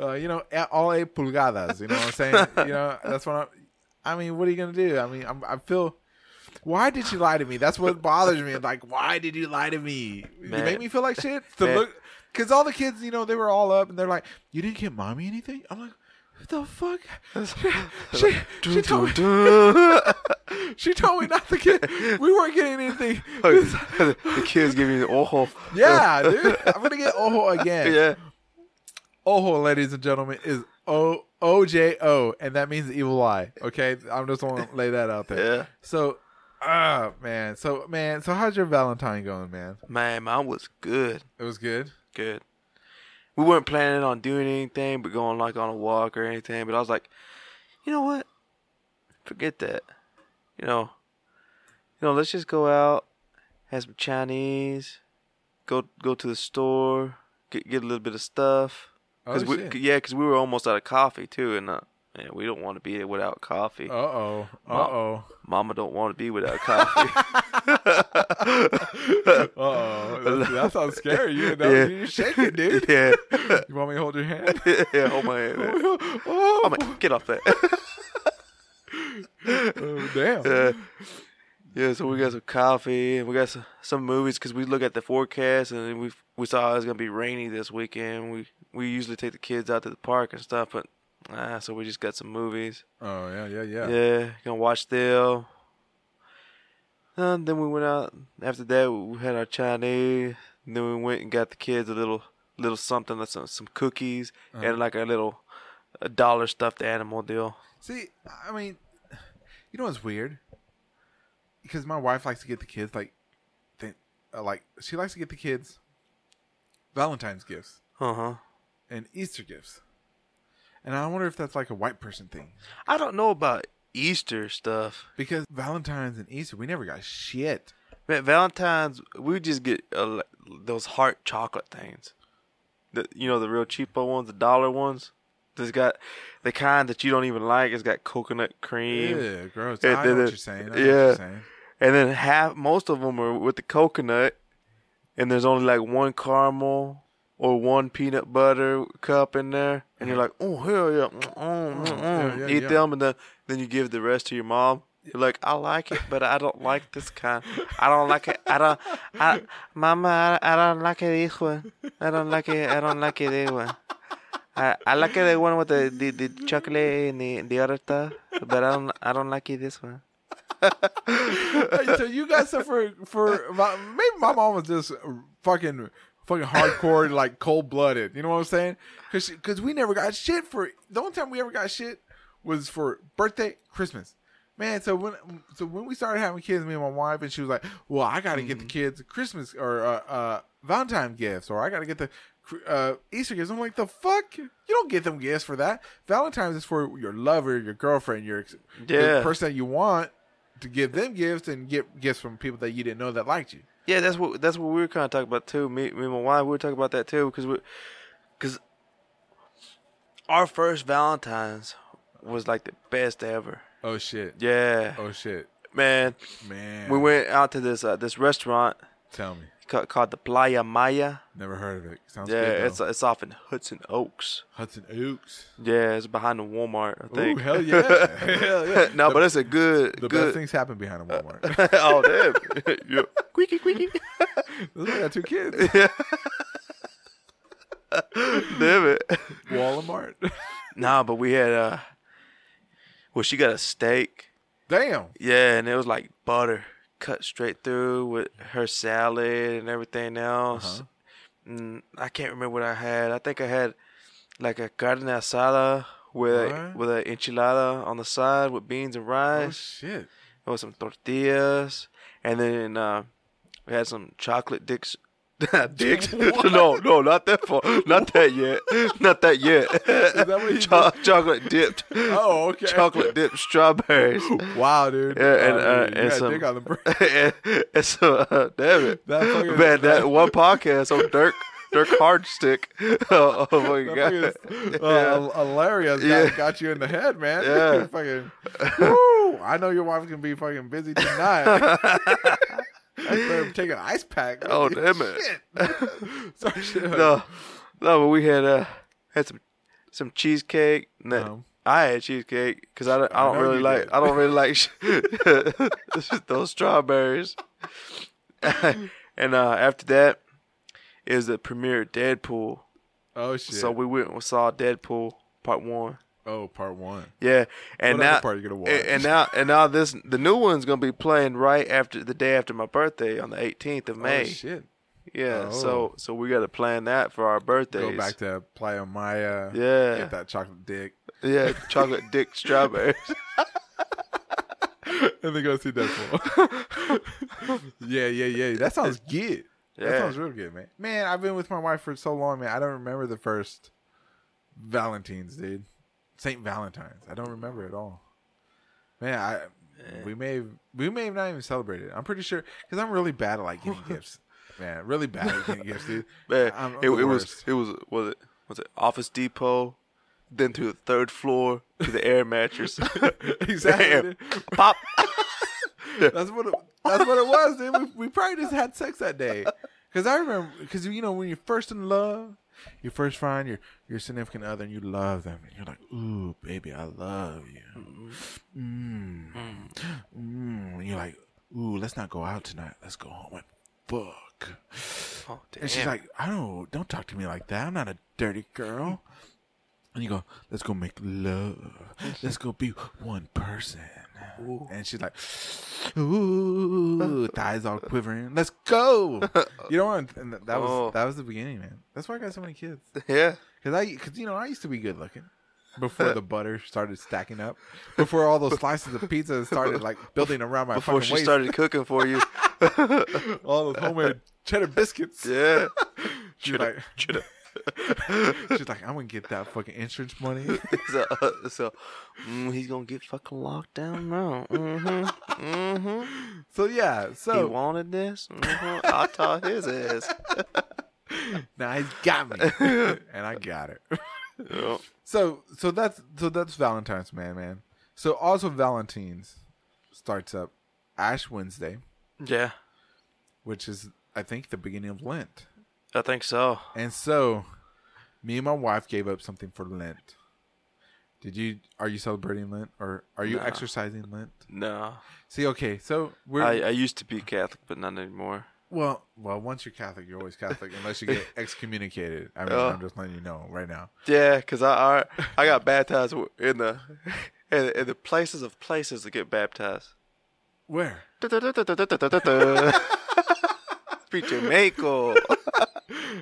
Speaker 1: Uh, you know, a- all eight pulgadas. You know what I'm saying? You know, that's what I'm. I mean, what are you gonna do? I mean, I'm, I feel. Why did you lie to me? That's what bothers me. Like, why did you lie to me? You
Speaker 2: Man.
Speaker 1: make me feel like shit. To
Speaker 2: Man.
Speaker 1: look, because all the kids, you know, they were all up and they're like, "You didn't get mommy anything." I'm like, "What the fuck?" She, she, she told me. She told me not to get. We weren't getting anything.
Speaker 2: the the kids give me the Uh, oh.
Speaker 1: Yeah, dude. I'm gonna get ojo again.
Speaker 2: Yeah.
Speaker 1: Ojo, ladies and gentlemen, is O O J O, and that means evil eye. Okay, I'm just want to lay that out there.
Speaker 2: Yeah.
Speaker 1: So, ah, man. So, man. So, how's your Valentine going, man?
Speaker 2: Man, mine was good.
Speaker 1: It was good.
Speaker 2: Good. We weren't planning on doing anything but going like on a walk or anything, but I was like, you know what? Forget that. You know. You know, let's just go out have some Chinese, go go to the store, get get a little bit of stuff. Cause
Speaker 1: oh,
Speaker 2: we,
Speaker 1: shit.
Speaker 2: yeah, 'cause we were almost out of coffee too, and uh, man, we don't want to be without coffee.
Speaker 1: Oh. Uh-oh. Uh-oh.
Speaker 2: Mama don't want to be without coffee.
Speaker 1: Uh-oh. That, that sounds scary. You, that,
Speaker 2: Yeah.
Speaker 1: You're shaking, dude.
Speaker 2: yeah,
Speaker 1: You want me to hold your hand?
Speaker 2: yeah, hold my hand. Man.
Speaker 1: oh,
Speaker 2: Oh man, get off that.
Speaker 1: oh, damn.
Speaker 2: yeah. yeah, so we got some coffee, and we got some, some movies because we look at the forecast, and then we we saw it was gonna be rainy this weekend. We we usually take the kids out to the park and stuff, but ah, so we just got some movies.
Speaker 1: Oh, yeah, yeah, yeah.
Speaker 2: Yeah, gonna watch them. And then we went out. After that, we had our Chinese. And then we went and got the kids a little little something, like some some cookies, and like a little a dollar stuffed animal deal.
Speaker 1: See, I mean, you know what's weird? Because my wife likes to get the kids like, th- uh, like she likes to get the kids Valentine's gifts
Speaker 2: Uh huh.
Speaker 1: and Easter gifts, and I wonder if that's like a white person thing.
Speaker 2: I don't know about Easter stuff.
Speaker 1: Because Valentine's and Easter, we never got shit.
Speaker 2: Man, Valentine's, we just get uh, like, those heart chocolate things. The, you know, the real cheapo ones, the dollar ones. That's got the kind that you don't even like. It's got coconut cream.
Speaker 1: Ew, gross.
Speaker 2: It
Speaker 1: I know what
Speaker 2: didn't-
Speaker 1: you're saying. I know what
Speaker 2: yeah.
Speaker 1: you're saying.
Speaker 2: And then half, most of them are with the coconut, and there's only like one caramel or one peanut butter cup in there, and you're like, oh hell yeah, mm, mm, mm, mm."
Speaker 1: Mm-hmm. yeah,
Speaker 2: eat
Speaker 1: yeah.
Speaker 2: them, and then then you give the rest to your mom. You're like, I like it, but I don't like this kind. I don't like it. I don't. I, Mama, I, I don't like it this one. I don't like it. I don't like it this one. I, I like it the one with the, the, the chocolate and the, the other stuff, but I don't I don't like it this one.
Speaker 1: Hey, so you guys suffer for my- maybe my mom was just fucking fucking hardcore like cold blooded. You know what I'm saying? Because because we never got shit for the only time we ever got shit was for birthday Christmas. Man, so when so when we started having kids, me and my wife, and she was like, "Well, I got to get the kids Christmas or uh, uh, Valentine gifts, or I got to get the uh, Easter gifts." I'm like, "The fuck? You don't get them gifts for that. Valentine's is for your lover, your girlfriend, your ex-
Speaker 2: Yeah.
Speaker 1: the person that you want to give them gifts and get gifts from people that you didn't know that liked you.
Speaker 2: Yeah, that's what that's what we were kind of talking about too. Me, me and my wife, we were talking about that too because we, because our first Valentine's was like the best ever.
Speaker 1: Oh shit.
Speaker 2: Yeah,
Speaker 1: Oh shit.
Speaker 2: man,
Speaker 1: Man.
Speaker 2: we went out to this uh, this restaurant
Speaker 1: Tell me.
Speaker 2: ca- called the Playa Maya.
Speaker 1: Never heard of it. Sounds
Speaker 2: Yeah,
Speaker 1: good.
Speaker 2: it's
Speaker 1: though.
Speaker 2: it's off in Hudson Oaks.
Speaker 1: Hudson Oaks.
Speaker 2: Yeah, it's behind the Walmart. I
Speaker 1: Ooh,
Speaker 2: think.
Speaker 1: hell yeah. hell yeah.
Speaker 2: no, but it's a good
Speaker 1: The best
Speaker 2: good.
Speaker 1: things happen behind a Walmart.
Speaker 2: oh damn! yeah. Queaky queaky.
Speaker 1: Look, I got two kids.
Speaker 2: damn it.
Speaker 1: Walmart.
Speaker 2: Nah, but we had uh well she got a steak.
Speaker 1: Damn. Oh,
Speaker 2: Yeah, and it was like butter cut straight through with her salad and everything else. And I can't remember what I had. I think I had like a carne asada with
Speaker 1: What?
Speaker 2: with an enchilada on the side with beans and
Speaker 1: Oh
Speaker 2: rice
Speaker 1: shit.
Speaker 2: or some tortillas, and then uh, we had some chocolate dicks. dicks? no, no, not that far. Not that yet. Not that yet.
Speaker 1: that what he
Speaker 2: Cho- chocolate dipped.
Speaker 1: Oh, okay.
Speaker 2: Chocolate dipped strawberries.
Speaker 1: Wow, dude.
Speaker 2: Yeah, and,
Speaker 1: Oh,
Speaker 2: uh,
Speaker 1: dude, you
Speaker 2: and
Speaker 1: got
Speaker 2: some-
Speaker 1: dick on the brain.
Speaker 2: and, and so, uh, damn it,
Speaker 1: That fucking-
Speaker 2: man, that one podcast on Dirk Dirk Hardstick. oh, oh
Speaker 1: That
Speaker 2: my god.
Speaker 1: fucking is, uh, hilarious. Got,
Speaker 2: Yeah.
Speaker 1: got you in the head, man.
Speaker 2: Yeah.
Speaker 1: fucking. Woo! I know your wife can be fucking busy tonight. Better take an ice pack. with
Speaker 2: Oh,
Speaker 1: you.
Speaker 2: damn it.
Speaker 1: Shit. Sorry, shit.
Speaker 2: no, no, but we had uh had some some cheesecake. and that-
Speaker 1: Um.
Speaker 2: I had cheesecake because I, don't- I don't
Speaker 1: know
Speaker 2: really
Speaker 1: you
Speaker 2: like
Speaker 1: did.
Speaker 2: I don't really like sh- those strawberries. and uh, after that is the premiere of Deadpool.
Speaker 1: Oh shit.
Speaker 2: So we went and saw Deadpool Part One.
Speaker 1: oh, part one.
Speaker 2: Yeah, and
Speaker 1: What other
Speaker 2: now
Speaker 1: part you gonna watch?
Speaker 2: and, and now and now this the new one's gonna be playing right after the day after my birthday on the 18th of May.
Speaker 1: Oh shit.
Speaker 2: yeah,
Speaker 1: Oh.
Speaker 2: so so we got to plan that for our birthdays.
Speaker 1: Go back to Playa Maya.
Speaker 2: Yeah.
Speaker 1: Get that chocolate dick,
Speaker 2: Yeah, chocolate dick strawberries.
Speaker 1: and then go see Deadpool. yeah, yeah, yeah. That sounds good. That
Speaker 2: Yeah.
Speaker 1: sounds real good, man. Man, I've been with my wife for so long, man. I don't remember the first Valentine's, dude. Saint Valentine's. I don't remember at all. Man, I We may have, we may have not even celebrated. I'm pretty sure because I'm really bad at like getting gifts. Man, really bad at getting gifts, dude.
Speaker 2: Man,
Speaker 1: I'm- I'm
Speaker 2: it,
Speaker 1: the
Speaker 2: it was
Speaker 1: worst.
Speaker 2: it was was it was it Office Depot, then to the third floor to the air mattress.
Speaker 1: Exactly.
Speaker 2: Bam. Pop.
Speaker 1: That's what it, that's what it was, dude. We, we probably just had sex that day. Because I remember, because you know, when you're first in love, you first find your your significant other and you love them, and you're like, "Ooh, baby, I love you." Mm. Mm. And you're like, "Ooh, let's not go out tonight. Let's go home and fuck."
Speaker 2: Oh, damn.
Speaker 1: And she's like, "I don't, don't talk to me like that. I'm not a dirty girl." And you go, "Let's go make love. Let's go be one person." And she's like, "Ooh, thighs all quivering. Let's go." You know, and and that was
Speaker 2: Oh.
Speaker 1: that was the beginning, man. That's why I got so many kids.
Speaker 2: yeah.
Speaker 1: Cause I, cause you know, I used to be good looking before the butter started stacking up, before all those slices of pizza started like building around my
Speaker 2: Before
Speaker 1: fucking
Speaker 2: she
Speaker 1: waist,
Speaker 2: started cooking for you.
Speaker 1: all those homemade cheddar biscuits.
Speaker 2: yeah.
Speaker 1: She's
Speaker 2: Shoulda-
Speaker 1: like-
Speaker 2: shoulda.
Speaker 1: She's like, I'm gonna get that fucking insurance money.
Speaker 2: so, uh, so mm, he's gonna get fucking locked down now. Mm-hmm. Mm-hmm.
Speaker 1: So yeah,
Speaker 2: he
Speaker 1: so
Speaker 2: wanted this. Mm-hmm. I taught his ass.
Speaker 1: now he's got me, and I got it. So so that's so that's Valentine's man, man. So also Valentine's starts up Ash Wednesday,
Speaker 2: Yeah,
Speaker 1: which is I think the beginning of Lent.
Speaker 2: I think so.
Speaker 1: And so, me and my wife gave up something for Lent. Did you? Are you celebrating Lent, or are you
Speaker 2: Nah.
Speaker 1: exercising Lent?
Speaker 2: No,
Speaker 1: See, okay, so we're
Speaker 2: I, I used to be Catholic, but not anymore.
Speaker 1: well, well. Once you're Catholic, you're always Catholic, unless you get excommunicated. I mean,
Speaker 2: Oh.
Speaker 1: I'm just letting you know right now.
Speaker 2: Yeah, cause I I, I got baptized w- in the in, the- in the places of places to get baptized.
Speaker 1: Where?
Speaker 2: Preacher Mako.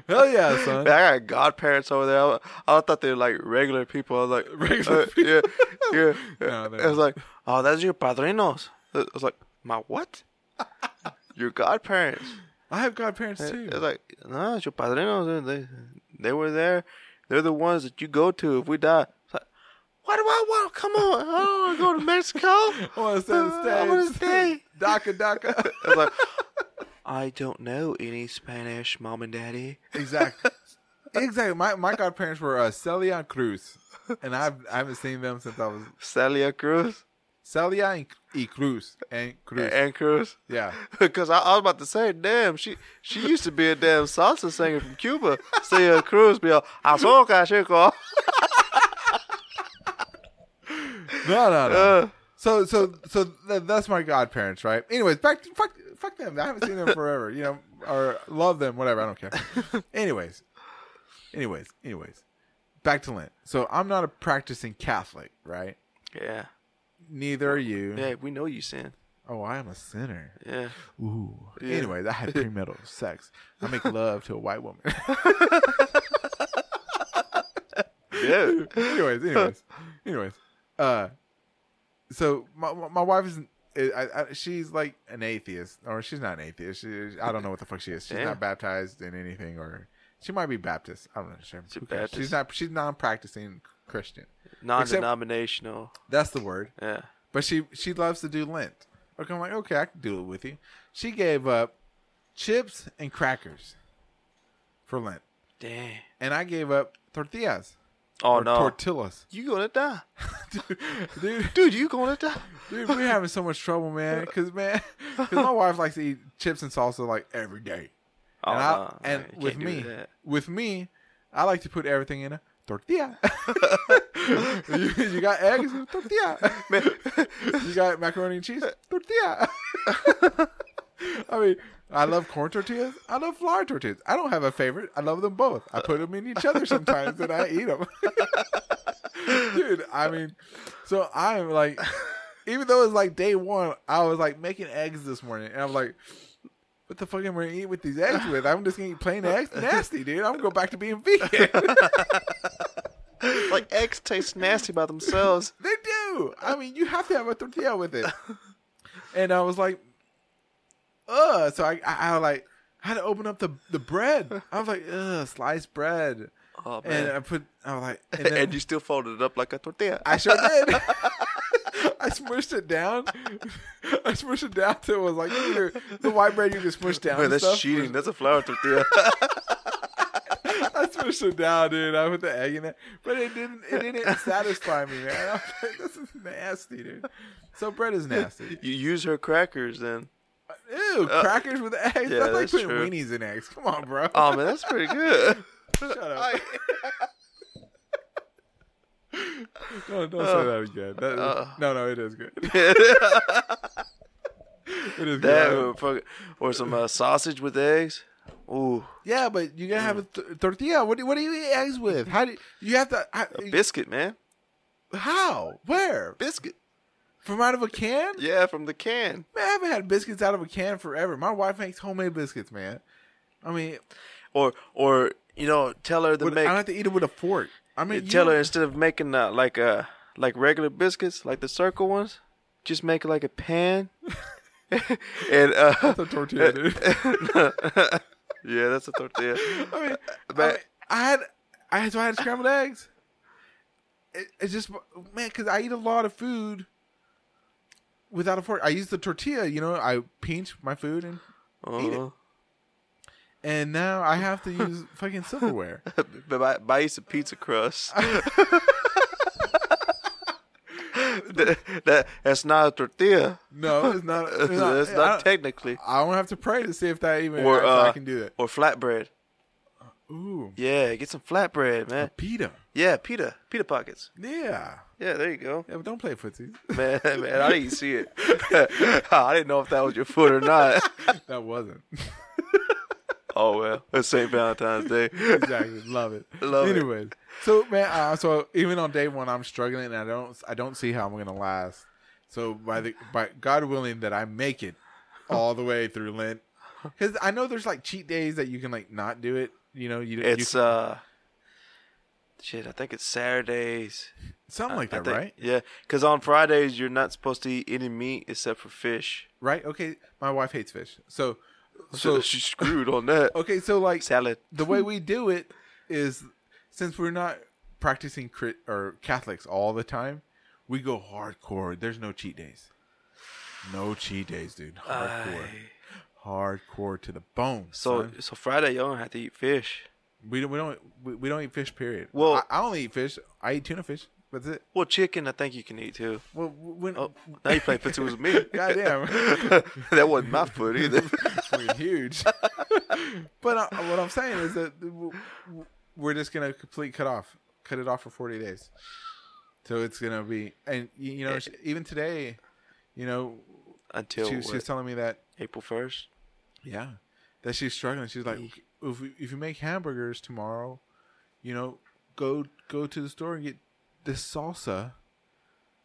Speaker 1: Hell yeah,
Speaker 2: I
Speaker 1: son.
Speaker 2: got godparents over there. I, I thought they were like regular people. I was like,
Speaker 1: Regular
Speaker 2: uh, yeah, yeah.
Speaker 1: No, they're
Speaker 2: I was like, oh, that's your padrinos. I was like, my what? your godparents.
Speaker 1: I have godparents too.
Speaker 2: It's like, no, it's your padrinos. They, they were there. They're the ones that you go to if we die. It's like, what do I want? Come on. I don't want to go to Mexico. I
Speaker 1: I want to stay in Oh, the
Speaker 2: I
Speaker 1: States.
Speaker 2: wanna "Uh, stay.
Speaker 1: Daca, daca.
Speaker 2: was like, I don't know any Spanish, mom and daddy.
Speaker 1: Exactly. Exactly. My my godparents were uh, Celia and Cruz, and I've I haven't seen them since I was
Speaker 2: Celia Cruz
Speaker 1: Celia and, y Cruz and Cruz.
Speaker 2: and Cruz.
Speaker 1: yeah.
Speaker 2: Because I, I was about to say, damn, she she used to be a damn salsa singer from Cuba. Celia Cruz be all, Azoka, Chico.
Speaker 1: No, no, no.
Speaker 2: Uh,
Speaker 1: so, so, so th- that's my godparents, right? Anyways, back to, fuck, fuck them. I haven't seen them forever, you know, or love them, whatever. I don't care. anyways, anyways, anyways, back to Lent. So I'm not a practicing Catholic, right?
Speaker 2: yeah.
Speaker 1: Neither are you.
Speaker 2: Yeah, we know you sin.
Speaker 1: Oh, I am a sinner.
Speaker 2: Yeah.
Speaker 1: Ooh. Anyways, I had premarital sex. I make love to a white woman.
Speaker 2: Yeah.
Speaker 1: anyways, anyways, anyways. Uh, so my my wife is. I, I, she's like an atheist, or she's not an atheist. She, I don't know what the fuck she is. She's
Speaker 2: Yeah.
Speaker 1: not baptized in anything, or she might be Baptist. I'm not sure.
Speaker 2: She
Speaker 1: Who cares?
Speaker 2: Baptist.
Speaker 1: She's not. She's non-practicing Christian.
Speaker 2: Non-denominational.
Speaker 1: That's the word.
Speaker 2: Yeah.
Speaker 1: But she she loves to do Lent. Okay, I'm like, okay, I can do it with you. She gave up chips and crackers for Lent,
Speaker 2: Damn.
Speaker 1: and I gave up tortillas
Speaker 2: Oh
Speaker 1: or
Speaker 2: no.
Speaker 1: tortillas.
Speaker 2: you gonna die,
Speaker 1: dude, dude,
Speaker 2: dude. You gonna die.
Speaker 1: Dude, we're having so much trouble, man. Because man, because my wife likes to eat chips and salsa like every day,
Speaker 2: Oh,
Speaker 1: and I,
Speaker 2: no,
Speaker 1: and
Speaker 2: you can't
Speaker 1: with
Speaker 2: do
Speaker 1: me,
Speaker 2: that.
Speaker 1: with me, I like to put everything in a tortilla. you, you got eggs, tortilla. you got macaroni and cheese, tortilla. I mean, I love corn tortillas. I love flour tortillas. I don't have a favorite. I love them both. I put them in each other sometimes, and I eat them. Dude, I mean, so I'm like, even though it's like day one, I was like making eggs this morning, and I'm like, what the fuck am I gonna eat with these eggs with? I'm just gonna eat plain eggs. Nasty, dude. I'm gonna go back to being vegan.
Speaker 2: like eggs taste nasty by themselves.
Speaker 1: They do. I mean, you have to have a tortilla with it. And I was like, ugh. So I, I, I like had to open up the the bread. I was like, ugh, sliced bread.
Speaker 2: Oh man.
Speaker 1: And
Speaker 2: And,
Speaker 1: I put, I was like, and, then
Speaker 2: you still folded it up like a tortilla.
Speaker 1: I sure did. I I smushed it down. I smushed it down till it was like you know, your- the white bread you can smush down.
Speaker 2: Wait,
Speaker 1: and
Speaker 2: that's
Speaker 1: stuff.
Speaker 2: cheating. That's a flour tortilla.
Speaker 1: I smushed it down, dude. I put the egg in it, but it didn't. It didn't satisfy me, man. I was like, this is nasty, dude. So bread is nasty.
Speaker 2: you use her crackers then.
Speaker 1: Ew, crackers with eggs.
Speaker 2: Uh, yeah,
Speaker 1: that's like
Speaker 2: that's
Speaker 1: putting
Speaker 2: true.
Speaker 1: weenies in eggs. Come on, bro.
Speaker 2: Oh man, that's pretty good.
Speaker 1: Shut up. no, don't say
Speaker 2: Oh.
Speaker 1: that again. That is-
Speaker 2: Uh.
Speaker 1: no, no, it is good. It is
Speaker 2: that
Speaker 1: good.
Speaker 2: would fuck- or some uh, sausage with eggs. Ooh,
Speaker 1: Yeah, but you gotta have a th- tortilla. What do, what do you eat eggs with? How do you, you have to? How,
Speaker 2: biscuit, man.
Speaker 1: how? Where?
Speaker 2: Biscuit.
Speaker 1: From out of a can?
Speaker 2: Yeah, from the can.
Speaker 1: Man, I haven't had biscuits out of a can forever. My wife makes homemade biscuits, man. I mean,
Speaker 2: Or or you know, tell her to
Speaker 1: with,
Speaker 2: make
Speaker 1: I don't have to eat it with a fork. I mean, you-
Speaker 2: tell her instead of making uh, like uh like regular biscuits, like the circle ones, just make like a pan. and uh
Speaker 1: That's a tortilla, dude.
Speaker 2: yeah, that's a tortilla.
Speaker 1: I mean, I, mean,
Speaker 2: But-
Speaker 1: I had, I had, so I had scrambled eggs. It, it's just, man, because I eat a lot of food without a fork. I use the tortilla, you know. I pinch my food, and
Speaker 2: Uh-huh.
Speaker 1: and now I have to use fucking silverware.
Speaker 2: But buy, buy you some pizza crust. that, that- that's not a tortilla.
Speaker 1: No, it's not. It's not,
Speaker 2: that's
Speaker 1: I don't-
Speaker 2: not technically.
Speaker 1: I don't have to pray to see if that even
Speaker 2: Or,
Speaker 1: if I
Speaker 2: uh,
Speaker 1: can do that.
Speaker 2: Or flatbread.
Speaker 1: Ooh,
Speaker 2: Yeah, get some flatbread, man.
Speaker 1: pita.
Speaker 2: Yeah, pita, pita pockets.
Speaker 1: Yeah,
Speaker 2: Yeah, there you go.
Speaker 1: yeah, but don't play footsie.
Speaker 2: Man, man, I didn't see it. I didn't know if that was your foot or not.
Speaker 1: that wasn't
Speaker 2: Oh well, it's St. Valentine's Day.
Speaker 1: exactly. Love it.
Speaker 2: Love it.
Speaker 1: Anyways, so man, uh, so even on day one, I'm struggling, and I don't, I don't see how I'm gonna last. So by the by, God willing, that I make it all the way through Lent, because I know there's like cheat days that you can like not do it. You know, you
Speaker 2: It's
Speaker 1: you,
Speaker 2: uh, shit. I think it's Saturdays.
Speaker 1: something like
Speaker 2: I
Speaker 1: that,
Speaker 2: think-
Speaker 1: right?
Speaker 2: Yeah, because on Fridays you're not supposed to eat any meat except for fish.
Speaker 1: Right? Okay, my wife hates fish, so
Speaker 2: So
Speaker 1: so
Speaker 2: she's screwed on that
Speaker 1: okay, so like
Speaker 2: salad.
Speaker 1: the way we do it is since we're not practicing crit or Catholics all the time, we go hardcore. There's no cheat days. No cheat days, dude. Hardcore.
Speaker 2: Aye.
Speaker 1: Hardcore to the bone.
Speaker 2: So
Speaker 1: son.
Speaker 2: so Friday you don't have to eat fish.
Speaker 1: we don't we don't we, we don't eat fish. Period.
Speaker 2: Well-
Speaker 1: I, I only eat fish. I eat tuna fish. That's it.
Speaker 2: Well, chicken I think you can eat too.
Speaker 1: Well, when
Speaker 2: Oh, now you playing footsie with me.
Speaker 1: goddamn,
Speaker 2: that wasn't my foot either.
Speaker 1: it's fucking huge. but uh, what I'm saying is that w- w- we're just gonna complete cut off, cut it off for 40 days. So it's gonna be, and y- you know, she- even today, you know,
Speaker 2: Until
Speaker 1: she, she was
Speaker 2: what,
Speaker 1: telling me that,
Speaker 2: April first.
Speaker 1: yeah, that she's struggling. She's like, if we, if you make hamburgers tomorrow, you know, go go to the store and get this salsa,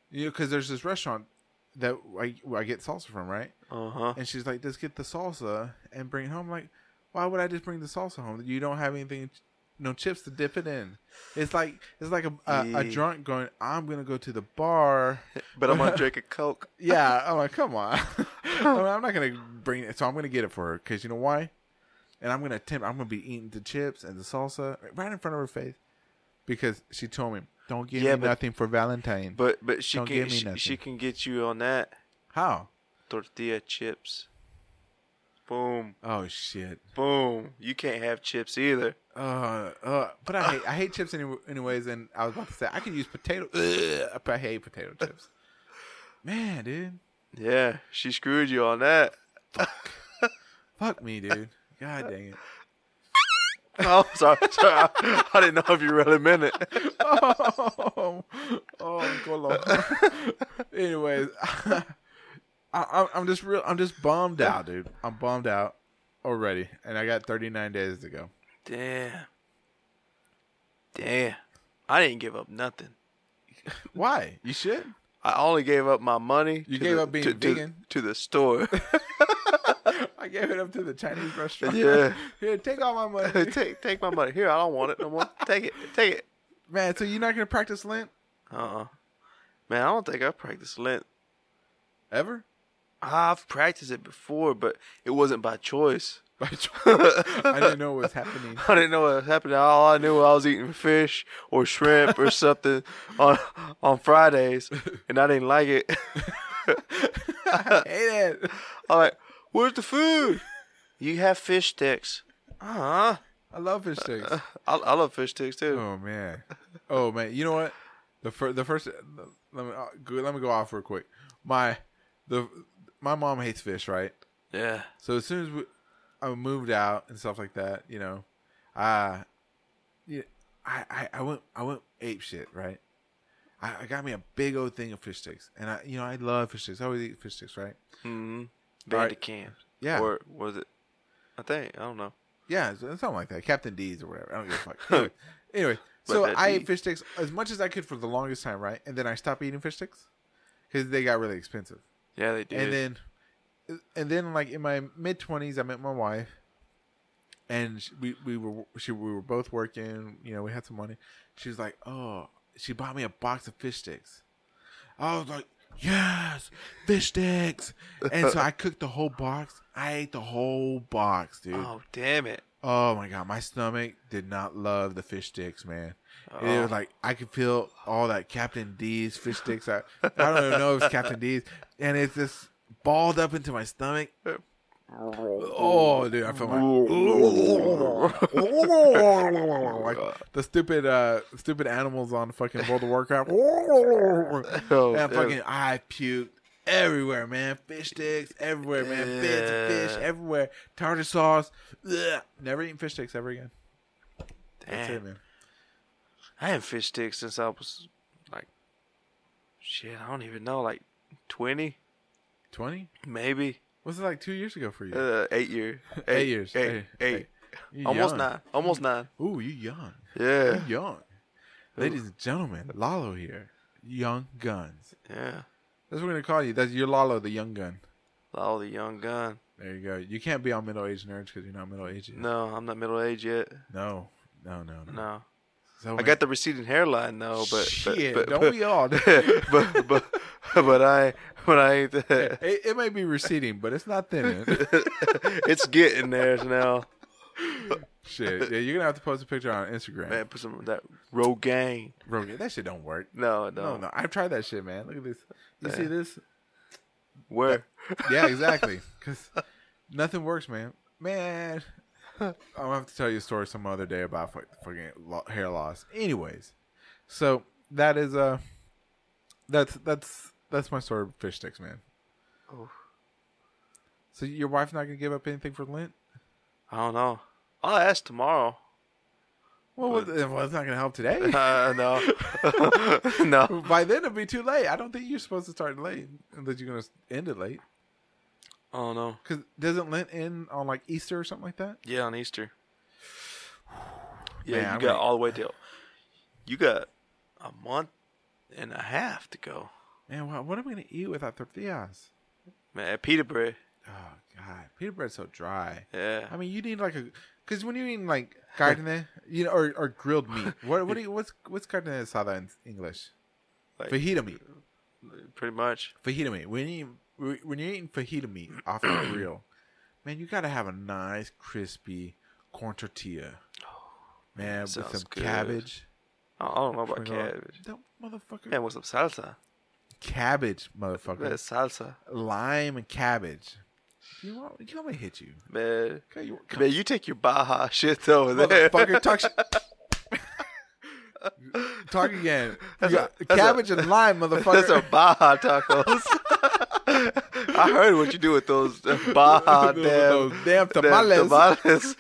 Speaker 1: you know, because there's this restaurant that I, I get salsa from, right?
Speaker 2: Uh huh.
Speaker 1: And she's like, just get the salsa and bring it home. I'm like, why would I just bring the salsa home? You don't have anything, no chips to dip it in. It's like it's like a, a, a
Speaker 2: Yeah.
Speaker 1: drunk going, I'm gonna go to the bar.
Speaker 2: But I'm gonna drink a coke.
Speaker 1: Yeah, I'm like, come on. I'm, I'm not gonna bring it, so I'm gonna get it for her because you know why? And I'm gonna attempt. I'm gonna be eating the chips and the salsa right in front of her face because she told me, don't give
Speaker 2: Yeah,
Speaker 1: me
Speaker 2: but-
Speaker 1: nothing for Valentine.
Speaker 2: But but she
Speaker 1: Don't
Speaker 2: can
Speaker 1: give me
Speaker 2: she, she
Speaker 1: nothing.
Speaker 2: can get you on that
Speaker 1: how?
Speaker 2: tortilla chips. Boom
Speaker 1: Oh shit.
Speaker 2: boom. You can't have chips either.
Speaker 1: Uh, uh, but I hate, I hate chips any, anyways, and I was about to say I could use potato, Ugh, but I hate potato chips. Man, dude,
Speaker 2: Yeah, she screwed you on that.
Speaker 1: fuck me, dude. God dang it.
Speaker 2: Oh, sorry, sorry. I, I didn't know if you really meant it.
Speaker 1: Oh, oh, go loco. Anyways, I, I, I'm just real. I'm just bummed out, dude. I'm bummed out already, and I got 39 days to go.
Speaker 2: Damn. Damn. I didn't give up nothing.
Speaker 1: Why? You should.
Speaker 2: I only gave up my money.
Speaker 1: You
Speaker 2: to
Speaker 1: gave
Speaker 2: the-
Speaker 1: up being
Speaker 2: to, to-
Speaker 1: vegan?
Speaker 2: to the store.
Speaker 1: I gave it up to the Chinese restaurant.
Speaker 2: Yeah.
Speaker 1: Here, take all my money,
Speaker 2: take take my money here. I don't want it no more. Take it. Take it.
Speaker 1: man. So you're not gonna practice Lent
Speaker 2: Uh. uh Man, I don't think I practiced Lent.
Speaker 1: ever?
Speaker 2: I've practiced it before, but it wasn't by choice.
Speaker 1: by choice. I didn't know what was happening.
Speaker 2: I didn't know what was happening. All I knew was I was eating fish or shrimp or something on on Fridays, and I didn't like it.
Speaker 1: I hate it.
Speaker 2: I'm like, "Where's the food? You have fish sticks. Uh huh.
Speaker 1: I love fish sticks.
Speaker 2: I, I love fish sticks too.
Speaker 1: Uh-huh. Oh man. Oh man. You know what? The first, the first. Let me uh, go- let me go off real quick. My the my mom hates fish, right?
Speaker 2: Yeah.
Speaker 1: So as soon as we, I moved out and stuff like that, you know, I, yeah, I, I, I went, I went ape shit, right? I, I got me a big old thing of fish sticks, and I, you know, I love fish sticks. I always eat fish sticks, right?
Speaker 2: Mm-hmm.
Speaker 1: Alright.
Speaker 2: Bandicam.
Speaker 1: Yeah,
Speaker 2: Or was it? I think I don't know.
Speaker 1: yeah, so- something like that. Captain D's or whatever. I don't give a fuck. Anyway, anyway so
Speaker 2: that
Speaker 1: I ate
Speaker 2: D.
Speaker 1: fish sticks as much as I could for the longest time, right? And then I stopped eating fish sticks because they got really expensive.
Speaker 2: Yeah, they did.
Speaker 1: and then uh, and then like in my mid twenties, I met my wife, and sh- we we were she we were both working. You know, we had some money. She was like, "Oh, she bought me a box of fish sticks." I was like, "Yes, fish sticks!" and so I cooked the whole box. I ate the whole box, dude. Oh,
Speaker 2: oh damn it!
Speaker 1: my god, my stomach did not love the fish sticks, man. It
Speaker 2: Oh.
Speaker 1: was like I could feel all that Captain D's fish sticks. I, I don't even know if it's Captain D's, and it's just balled up into my stomach. Oh, dude, I felt Oh, like, like the stupid, uh, stupid animals on fucking World of Warcraft. And
Speaker 2: Oh, damn.
Speaker 1: fucking, I puked everywhere, man. Fish sticks everywhere, man. Bits of fish
Speaker 2: Yeah.
Speaker 1: everywhere. Tartar sauce. Ugh. Never eating fish sticks ever again. That's
Speaker 2: Damn.
Speaker 1: it, man.
Speaker 2: I haven't fish sticks since I was like, shit, I don't even know, like twenty,
Speaker 1: Twenty?
Speaker 2: maybe
Speaker 1: Was it like two years ago for you?
Speaker 2: uh, eight year, eight,
Speaker 1: years,
Speaker 2: eight,
Speaker 1: eight,
Speaker 2: eight,
Speaker 1: eight. You
Speaker 2: almost
Speaker 1: young.
Speaker 2: nine, almost nine.
Speaker 1: Ooh, you young.
Speaker 2: Yeah,
Speaker 1: You young. Ladies and gentlemen, Lalo here. Young Guns.
Speaker 2: yeah.
Speaker 1: That's what we're gonna call you. That's your Lalo, the young gun.
Speaker 2: Oh, the young gun.
Speaker 1: There you go. You can't be on middle aged nerds because you're not middle aged. yet.
Speaker 2: No, I'm not middle aged yet.
Speaker 1: no, no, no. no.
Speaker 2: No,
Speaker 1: So
Speaker 2: I got the receding hairline though, but but-
Speaker 1: Oh, shit.
Speaker 2: but,
Speaker 1: don't
Speaker 2: but,
Speaker 1: we all?
Speaker 2: but but but I but I ain't that.
Speaker 1: It, it may be receding, but it's not thinning.
Speaker 2: it's getting there now.
Speaker 1: shit. Yeah, you're gonna have to post a picture on Instagram.
Speaker 2: Man, put some of that Rogaine.
Speaker 1: Bro, that shit don't work.
Speaker 2: No, no,
Speaker 1: No,
Speaker 2: no.
Speaker 1: no. I've tried that shit, man. Look at this. You see
Speaker 2: Yeah.
Speaker 1: this?
Speaker 2: Where?
Speaker 1: Yeah, exactly. Because nothing works, man. Man, I'm gonna have to tell you a story some other day about fuck- fucking lo- hair loss. Anyways, so that is uh, that's that's that's my story of fish sticks, man.
Speaker 2: Oh.
Speaker 1: So your wife's not gonna give up anything for Lent?
Speaker 2: I don't know. I'll ask tomorrow.
Speaker 1: Well, well, well it's not gonna help today.
Speaker 2: Uh, no, no.
Speaker 1: By then it'll be too late. I don't think you're supposed to start late unless you're gonna end it late.
Speaker 2: Oh no.
Speaker 1: Cause doesn't Lent end on like Easter or something like that?
Speaker 2: Yeah, on Easter. Yeah,
Speaker 1: Man,
Speaker 2: you
Speaker 1: I'm
Speaker 2: got
Speaker 1: gonna-
Speaker 2: all the way till. You got a month and a half to go.
Speaker 1: Man, wha- what am I gonna eat without tortillas?
Speaker 2: Man, at pita bread.
Speaker 1: Oh God, pita bread's so dry. I
Speaker 2: Yeah.
Speaker 1: mean, you need like a because when you eat like carne, you know, or, or grilled meat. What what do you, what's what's carne asada in English?
Speaker 2: Like,
Speaker 1: Fajita meat.
Speaker 2: pretty much.
Speaker 1: Fajita meat. When you when you're eating fajita meat off the grill, man, you gotta have a nice crispy corn tortilla. Man, with
Speaker 2: sounds
Speaker 1: some
Speaker 2: good.
Speaker 1: cabbage.
Speaker 2: I I don't know about
Speaker 1: Sprinkle on-
Speaker 2: cabbage.
Speaker 1: That motherfucker.
Speaker 2: Man, what's up, salsa?
Speaker 1: Cabbage,
Speaker 2: Man,
Speaker 1: motherfucker.
Speaker 2: salsa.
Speaker 1: Lime and cabbage. You want? You want me to hit you?
Speaker 2: Man,
Speaker 1: Okay, you
Speaker 2: man, you take your Baja shit over there.
Speaker 1: motherfucker. Talk sh- Talk again.
Speaker 2: That's
Speaker 1: You
Speaker 2: a-
Speaker 1: got
Speaker 2: that's a-
Speaker 1: cabbage and lime, motherfucker.
Speaker 2: That's a Baja tacos. I heard what you do with those Baja
Speaker 1: Those-
Speaker 2: damn,
Speaker 1: those damn
Speaker 2: damn
Speaker 1: tamales.
Speaker 2: tamales.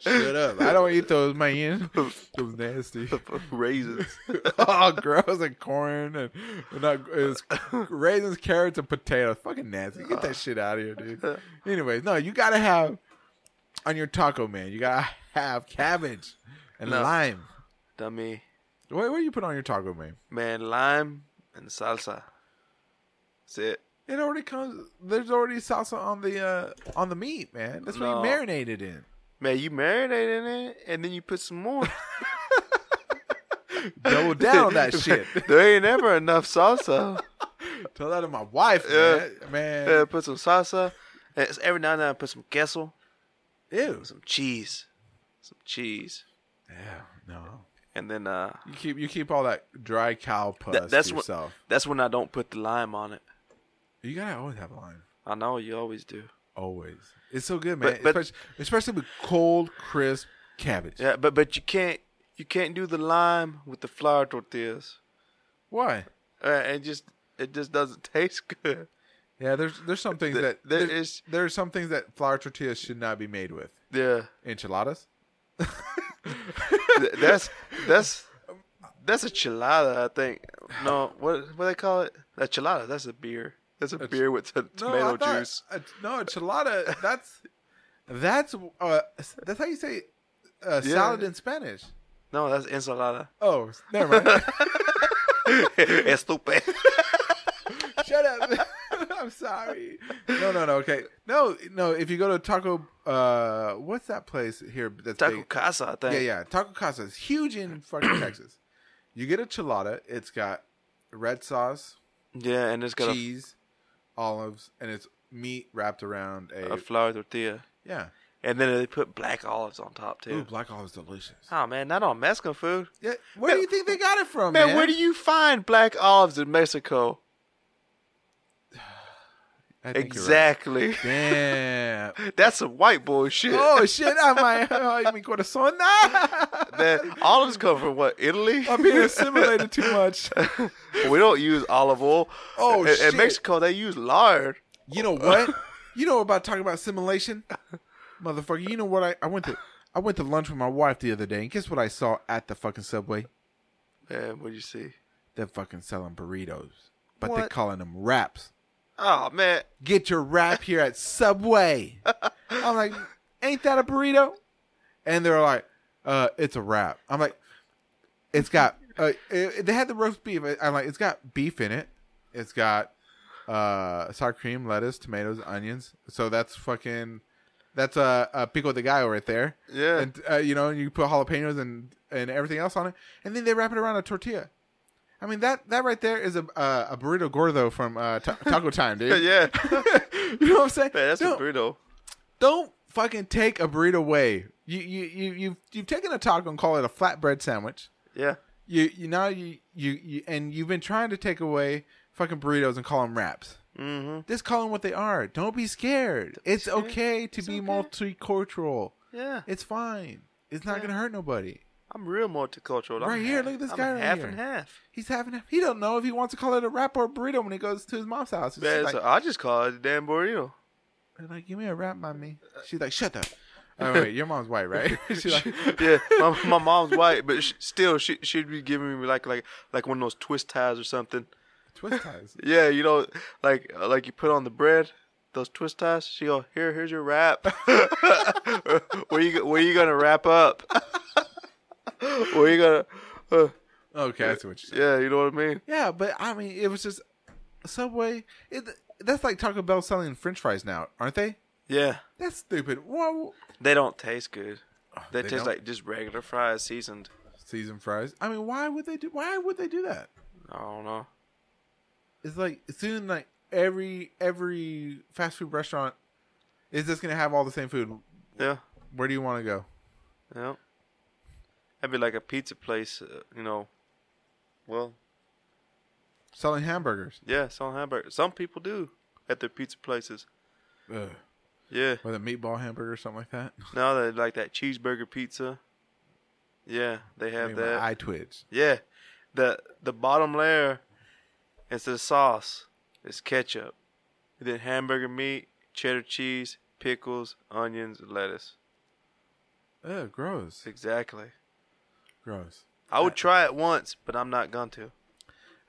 Speaker 1: Shut up. I don't eat those, man. Those nasty.
Speaker 2: Raisins.
Speaker 1: oh, gross. And corn and and not, it's raisins, carrots, and potatoes. Fucking nasty. Get that shit out of here, dude. Anyways, no, you gotta have on your taco, man. You gotta have cabbage and
Speaker 2: No.
Speaker 1: lime.
Speaker 2: Dummy.
Speaker 1: What, what do you put on your taco, man?
Speaker 2: Man, lime and salsa. That's it.
Speaker 1: It already comes. There's already salsa on the uh, on the meat, man. That's
Speaker 2: No.
Speaker 1: what you marinated in.
Speaker 2: Man, you marinate in it and then you put some more.
Speaker 1: Double down on that shit.
Speaker 2: there ain't ever enough salsa.
Speaker 1: Tell that to my wife,
Speaker 2: Yeah.
Speaker 1: man. man.
Speaker 2: Yeah, put some salsa. And it's- every now and then I put some queso.
Speaker 1: Ew.
Speaker 2: some cheese, some cheese,
Speaker 1: Yeah. No.
Speaker 2: and then uh,
Speaker 1: You keep you keep all that dry cow pus
Speaker 2: Th- that's
Speaker 1: to
Speaker 2: what-
Speaker 1: yourself.
Speaker 2: that's when I don't put the lime on it.
Speaker 1: You gotta always have lime.
Speaker 2: I know you always do.
Speaker 1: Always. It's so good, man.
Speaker 2: But- but-
Speaker 1: especially, especially with cold, crisp cabbage.
Speaker 2: Yeah, but but you can't you can't do the lime with the flour tortillas.
Speaker 1: Why?
Speaker 2: Uh, it just it just doesn't taste good.
Speaker 1: Yeah, there's there's some things
Speaker 2: Th-
Speaker 1: that
Speaker 2: there
Speaker 1: there
Speaker 2: is-
Speaker 1: is there are some things that flour tortillas should not be made with.
Speaker 2: Yeah,
Speaker 1: Enchiladas.
Speaker 2: Th- that's that's that's a chilada. I think no, what what they call it? A chilada. That's a beer. That's a beer with t-
Speaker 1: No,
Speaker 2: tomato
Speaker 1: I thought-
Speaker 2: juice.
Speaker 1: uh, no, enchilada. That's that's uh, that's how you say uh,
Speaker 2: Yeah.
Speaker 1: salad in Spanish.
Speaker 2: No, that's ensalada.
Speaker 1: Oh, never mind.
Speaker 2: Estúpido.
Speaker 1: Shut up. I'm sorry. No, no, no. Okay. No, no. If you go to Taco, uh, what's that place here? That's
Speaker 2: Taco
Speaker 1: big?
Speaker 2: casa. I think.
Speaker 1: Yeah, yeah. Taco Casa is huge in fucking Texas. You get a chilada. It's got red sauce,
Speaker 2: Yeah, and it's got a,
Speaker 1: cheese, olives, and it's meat wrapped around a,
Speaker 2: a flour tortilla,
Speaker 1: yeah.
Speaker 2: and then they put black olives on top too.
Speaker 1: Ooh, black olives delicious.
Speaker 2: Oh man, not on Mexican food.
Speaker 1: Yeah, where do you think they got it from,
Speaker 2: Man,
Speaker 1: man?
Speaker 2: where do you find black olives in Mexico?
Speaker 1: I think you're right.
Speaker 2: Exactly.
Speaker 1: Damn.
Speaker 2: That's some white bullshit.
Speaker 1: oh shit! I might. I mean, corazón.
Speaker 2: Man, olives come from what? Italy?
Speaker 1: I'm being assimilated too much.
Speaker 2: we don't use olive oil.
Speaker 1: Oh,
Speaker 2: in, in
Speaker 1: shit.
Speaker 2: Mexico, they use lard.
Speaker 1: You know what? You know about talking about assimilation, motherfucker. You know what? I, I went to I went to lunch with my wife the other day, and guess what I saw at the fucking subway?
Speaker 2: Man, what'd you see?
Speaker 1: They're fucking selling burritos, but they're
Speaker 2: What?
Speaker 1: calling them wraps.
Speaker 2: Oh man,
Speaker 1: Get your wrap here at Subway. I'm like, ain't that a burrito? And they're like, uh, it's a wrap. I'm like, it's got. Uh, it, they had the roast beef. I'm like, it's got beef in it. It's got uh, sour cream, lettuce, tomatoes, onions. So that's fucking. That's a, a pico de gallo right there.
Speaker 2: Yeah.
Speaker 1: and uh, you know, and you put jalapenos and and everything else on it, and then they wrap it around a tortilla. I mean that that right there is a uh, a burrito gordo from uh, ta- Taco Time, dude.
Speaker 2: yeah, man,
Speaker 1: you know what I'm saying?
Speaker 2: that's
Speaker 1: No,
Speaker 2: a burrito.
Speaker 1: don't fucking take a burrito away. You you you you've, you've taken a taco and call it a flatbread sandwich.
Speaker 2: Yeah,
Speaker 1: You you now you, you you and you've been trying to take away fucking burritos and call them wraps.
Speaker 2: mm-hmm.
Speaker 1: Just call them what they are. Don't be scared. it's
Speaker 2: scared.
Speaker 1: okay to
Speaker 2: It's
Speaker 1: be
Speaker 2: okay.
Speaker 1: multicultural.
Speaker 2: Yeah,
Speaker 1: It's fine. It's not
Speaker 2: Yeah.
Speaker 1: gonna hurt nobody.
Speaker 2: I'm real multicultural. I'm
Speaker 1: Right here,
Speaker 2: half-
Speaker 1: look at this
Speaker 2: I'm
Speaker 1: guy right
Speaker 2: half
Speaker 1: here.
Speaker 2: and half.
Speaker 1: He's having he don't know if he wants to call it a wrap or a burrito when he goes to his mom's house. She's
Speaker 2: Man,
Speaker 1: like,
Speaker 2: so I just call it a damn burrito.
Speaker 1: they're like, give me a wrap, mommy. She's like, shut up. Oh wait, your mom's white, right? She's like,
Speaker 2: yeah, my, my mom's white, but sh still, she she'd be giving me like like like one of those twist ties or something.
Speaker 1: twist ties.
Speaker 2: Yeah, you know, like uh, like you put on the bread, those twist ties. She go here, here's your wrap. where you go- where you gonna wrap up? where you gonna? Uh,
Speaker 1: Okay, that's what you
Speaker 2: yeah, you know what I mean.
Speaker 1: Yeah, but I mean, it was just Subway. It, that's like Taco Bell selling French fries now, aren't they?
Speaker 2: Yeah,
Speaker 1: That's stupid. Whoa,
Speaker 2: they don't taste good. Oh, They,
Speaker 1: They
Speaker 2: taste
Speaker 1: don't?
Speaker 2: like just regular fries seasoned.
Speaker 1: seasoned fries. I mean, why would they do? Why would they do that?
Speaker 2: I don't know.
Speaker 1: It's like soon, like every every fast food restaurant is just gonna have all the same food.
Speaker 2: Yeah,
Speaker 1: Where do you want to go?
Speaker 2: yeah. That'd be like a pizza place, uh, you know. Well,
Speaker 1: Selling hamburgers.
Speaker 2: yeah, selling hamburgers. Some people do at their pizza places.
Speaker 1: Ugh.
Speaker 2: Yeah.
Speaker 1: With a meatball hamburger or something like that.
Speaker 2: No, they like that cheeseburger pizza. Yeah, they have
Speaker 1: Made
Speaker 2: that.
Speaker 1: my eye twitch.
Speaker 2: yeah, the the bottom layer is the sauce. It's ketchup, and then hamburger meat, cheddar cheese, pickles, onions, lettuce.
Speaker 1: Ugh, gross.
Speaker 2: Exactly.
Speaker 1: Gross.
Speaker 2: I would try it once, but I'm not going to.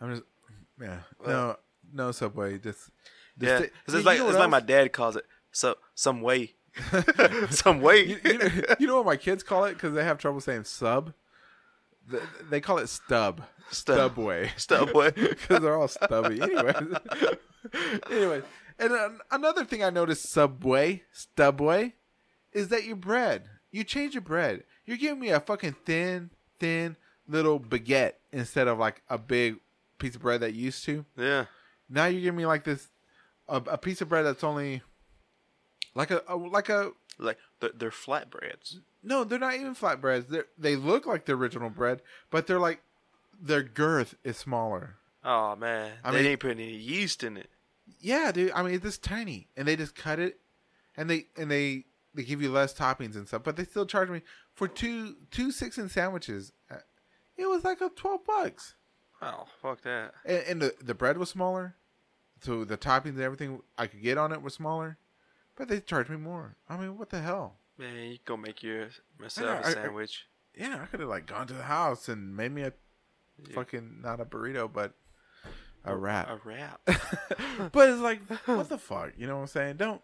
Speaker 1: I'm just, yeah. No,
Speaker 2: Well-
Speaker 1: no Subway. Just,
Speaker 2: Yeah,
Speaker 1: just-
Speaker 2: 'cause it's
Speaker 1: you
Speaker 2: like
Speaker 1: know
Speaker 2: it's
Speaker 1: what
Speaker 2: like my
Speaker 1: else?
Speaker 2: dad calls it. So some way, some way.
Speaker 1: you, you, know, you know what my kids call it because they have trouble saying sub. Th- They call it stub,
Speaker 2: Stub.
Speaker 1: stubway,
Speaker 2: Stubway.
Speaker 1: because they're all stubby. Anyway, anyway, and uh, another thing I noticed Subway, Stubway, is that your bread. You change your bread. You're giving me a fucking thin, thin little baguette instead of like a big piece of bread that you used to.
Speaker 2: yeah,
Speaker 1: Now you're giving me like this, a, a piece of bread that's only like a, a like a
Speaker 2: Like they're, they're flatbreads.
Speaker 1: No, they're not even flatbreads. They they look like the original bread, but they're like their girth is smaller.
Speaker 2: Oh man,
Speaker 1: I
Speaker 2: they
Speaker 1: mean-
Speaker 2: ain't putting any yeast in it.
Speaker 1: Yeah, dude. I mean, it's just tiny, and they just cut it, and they and they they give you less toppings and stuff, but they still charge me for two two six and sandwiches. Uh, It was like a twelve bucks,
Speaker 2: Oh fuck that.
Speaker 1: and, and the the bread was smaller, so the toppings and everything I could get on it was smaller, but they charged me more. I mean, what the hell?
Speaker 2: Man, you go make your myself
Speaker 1: I- I-
Speaker 2: a sandwich.
Speaker 1: Yeah, I could have like gone to the house and made me a
Speaker 2: Yeah.
Speaker 1: fucking not a burrito, but a wrap.
Speaker 2: A wrap.
Speaker 1: but it's like, what the fuck? You know what I'm saying? Don't.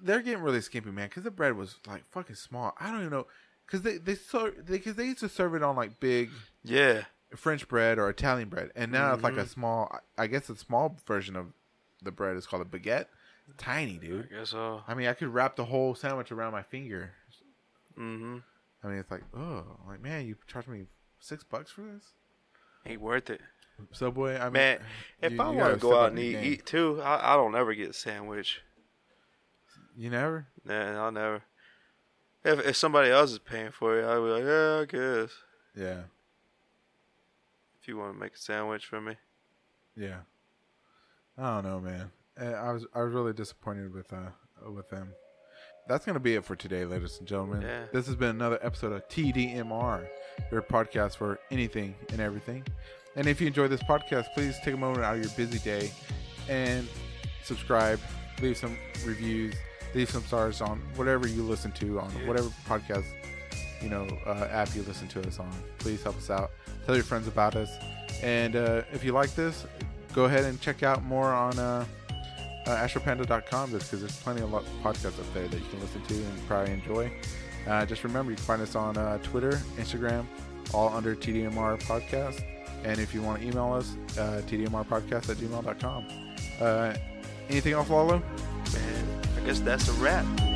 Speaker 1: They're getting really skimpy, man, because the bread was like fucking small. I don't even know, because they they so because they used to serve it on like big
Speaker 2: yeah.
Speaker 1: French bread or Italian bread, and now it's like a small. I- I guess a small version of the bread is called a baguette. Tiny,
Speaker 2: I
Speaker 1: dude.
Speaker 2: guess so.
Speaker 1: I mean, I could wrap the whole sandwich around my finger.
Speaker 2: Mm-hmm.
Speaker 1: I mean, it's like, oh, like man, you charged me six bucks for this
Speaker 2: Ain't worth it.
Speaker 1: Subway. I mean,
Speaker 2: Man, if
Speaker 1: you-
Speaker 2: I
Speaker 1: you
Speaker 2: want
Speaker 1: gotta
Speaker 2: to
Speaker 1: step
Speaker 2: go
Speaker 1: up
Speaker 2: out and
Speaker 1: your
Speaker 2: eat,
Speaker 1: game.
Speaker 2: eat too, I, I don't ever get a sandwich.
Speaker 1: you never.
Speaker 2: Nah, I'll never. If, if somebody else is paying for it, I'll be like, yeah, I guess.
Speaker 1: Yeah,
Speaker 2: If you want to make a sandwich for me.
Speaker 1: yeah. I don't know, man. Eh, I was I was really disappointed with uh with them. That's gonna be it for today, ladies and gentlemen.
Speaker 2: Yeah.
Speaker 1: This has been another episode of TDMR, your podcast for anything and everything. And if you enjoy this podcast, please take a moment out of your busy day and subscribe, leave some reviews, leave some stars on whatever you listen to on
Speaker 2: Yeah.
Speaker 1: whatever podcast you know uh, app you listen to us on. Please help us out. Tell your friends about us. And uh, if you like this, go ahead and check out more on uh, uh, astropanda.com just because there's plenty of lo- podcasts up there that you can listen to and probably enjoy. Uh, just remember, you can find us on uh, Twitter, Instagram, all under TDMR Podcast. And if you want to email us, uh, tdmrpodcast at gmail.com. Uh, anything else, Lalo?
Speaker 2: Man, I guess that's a wrap.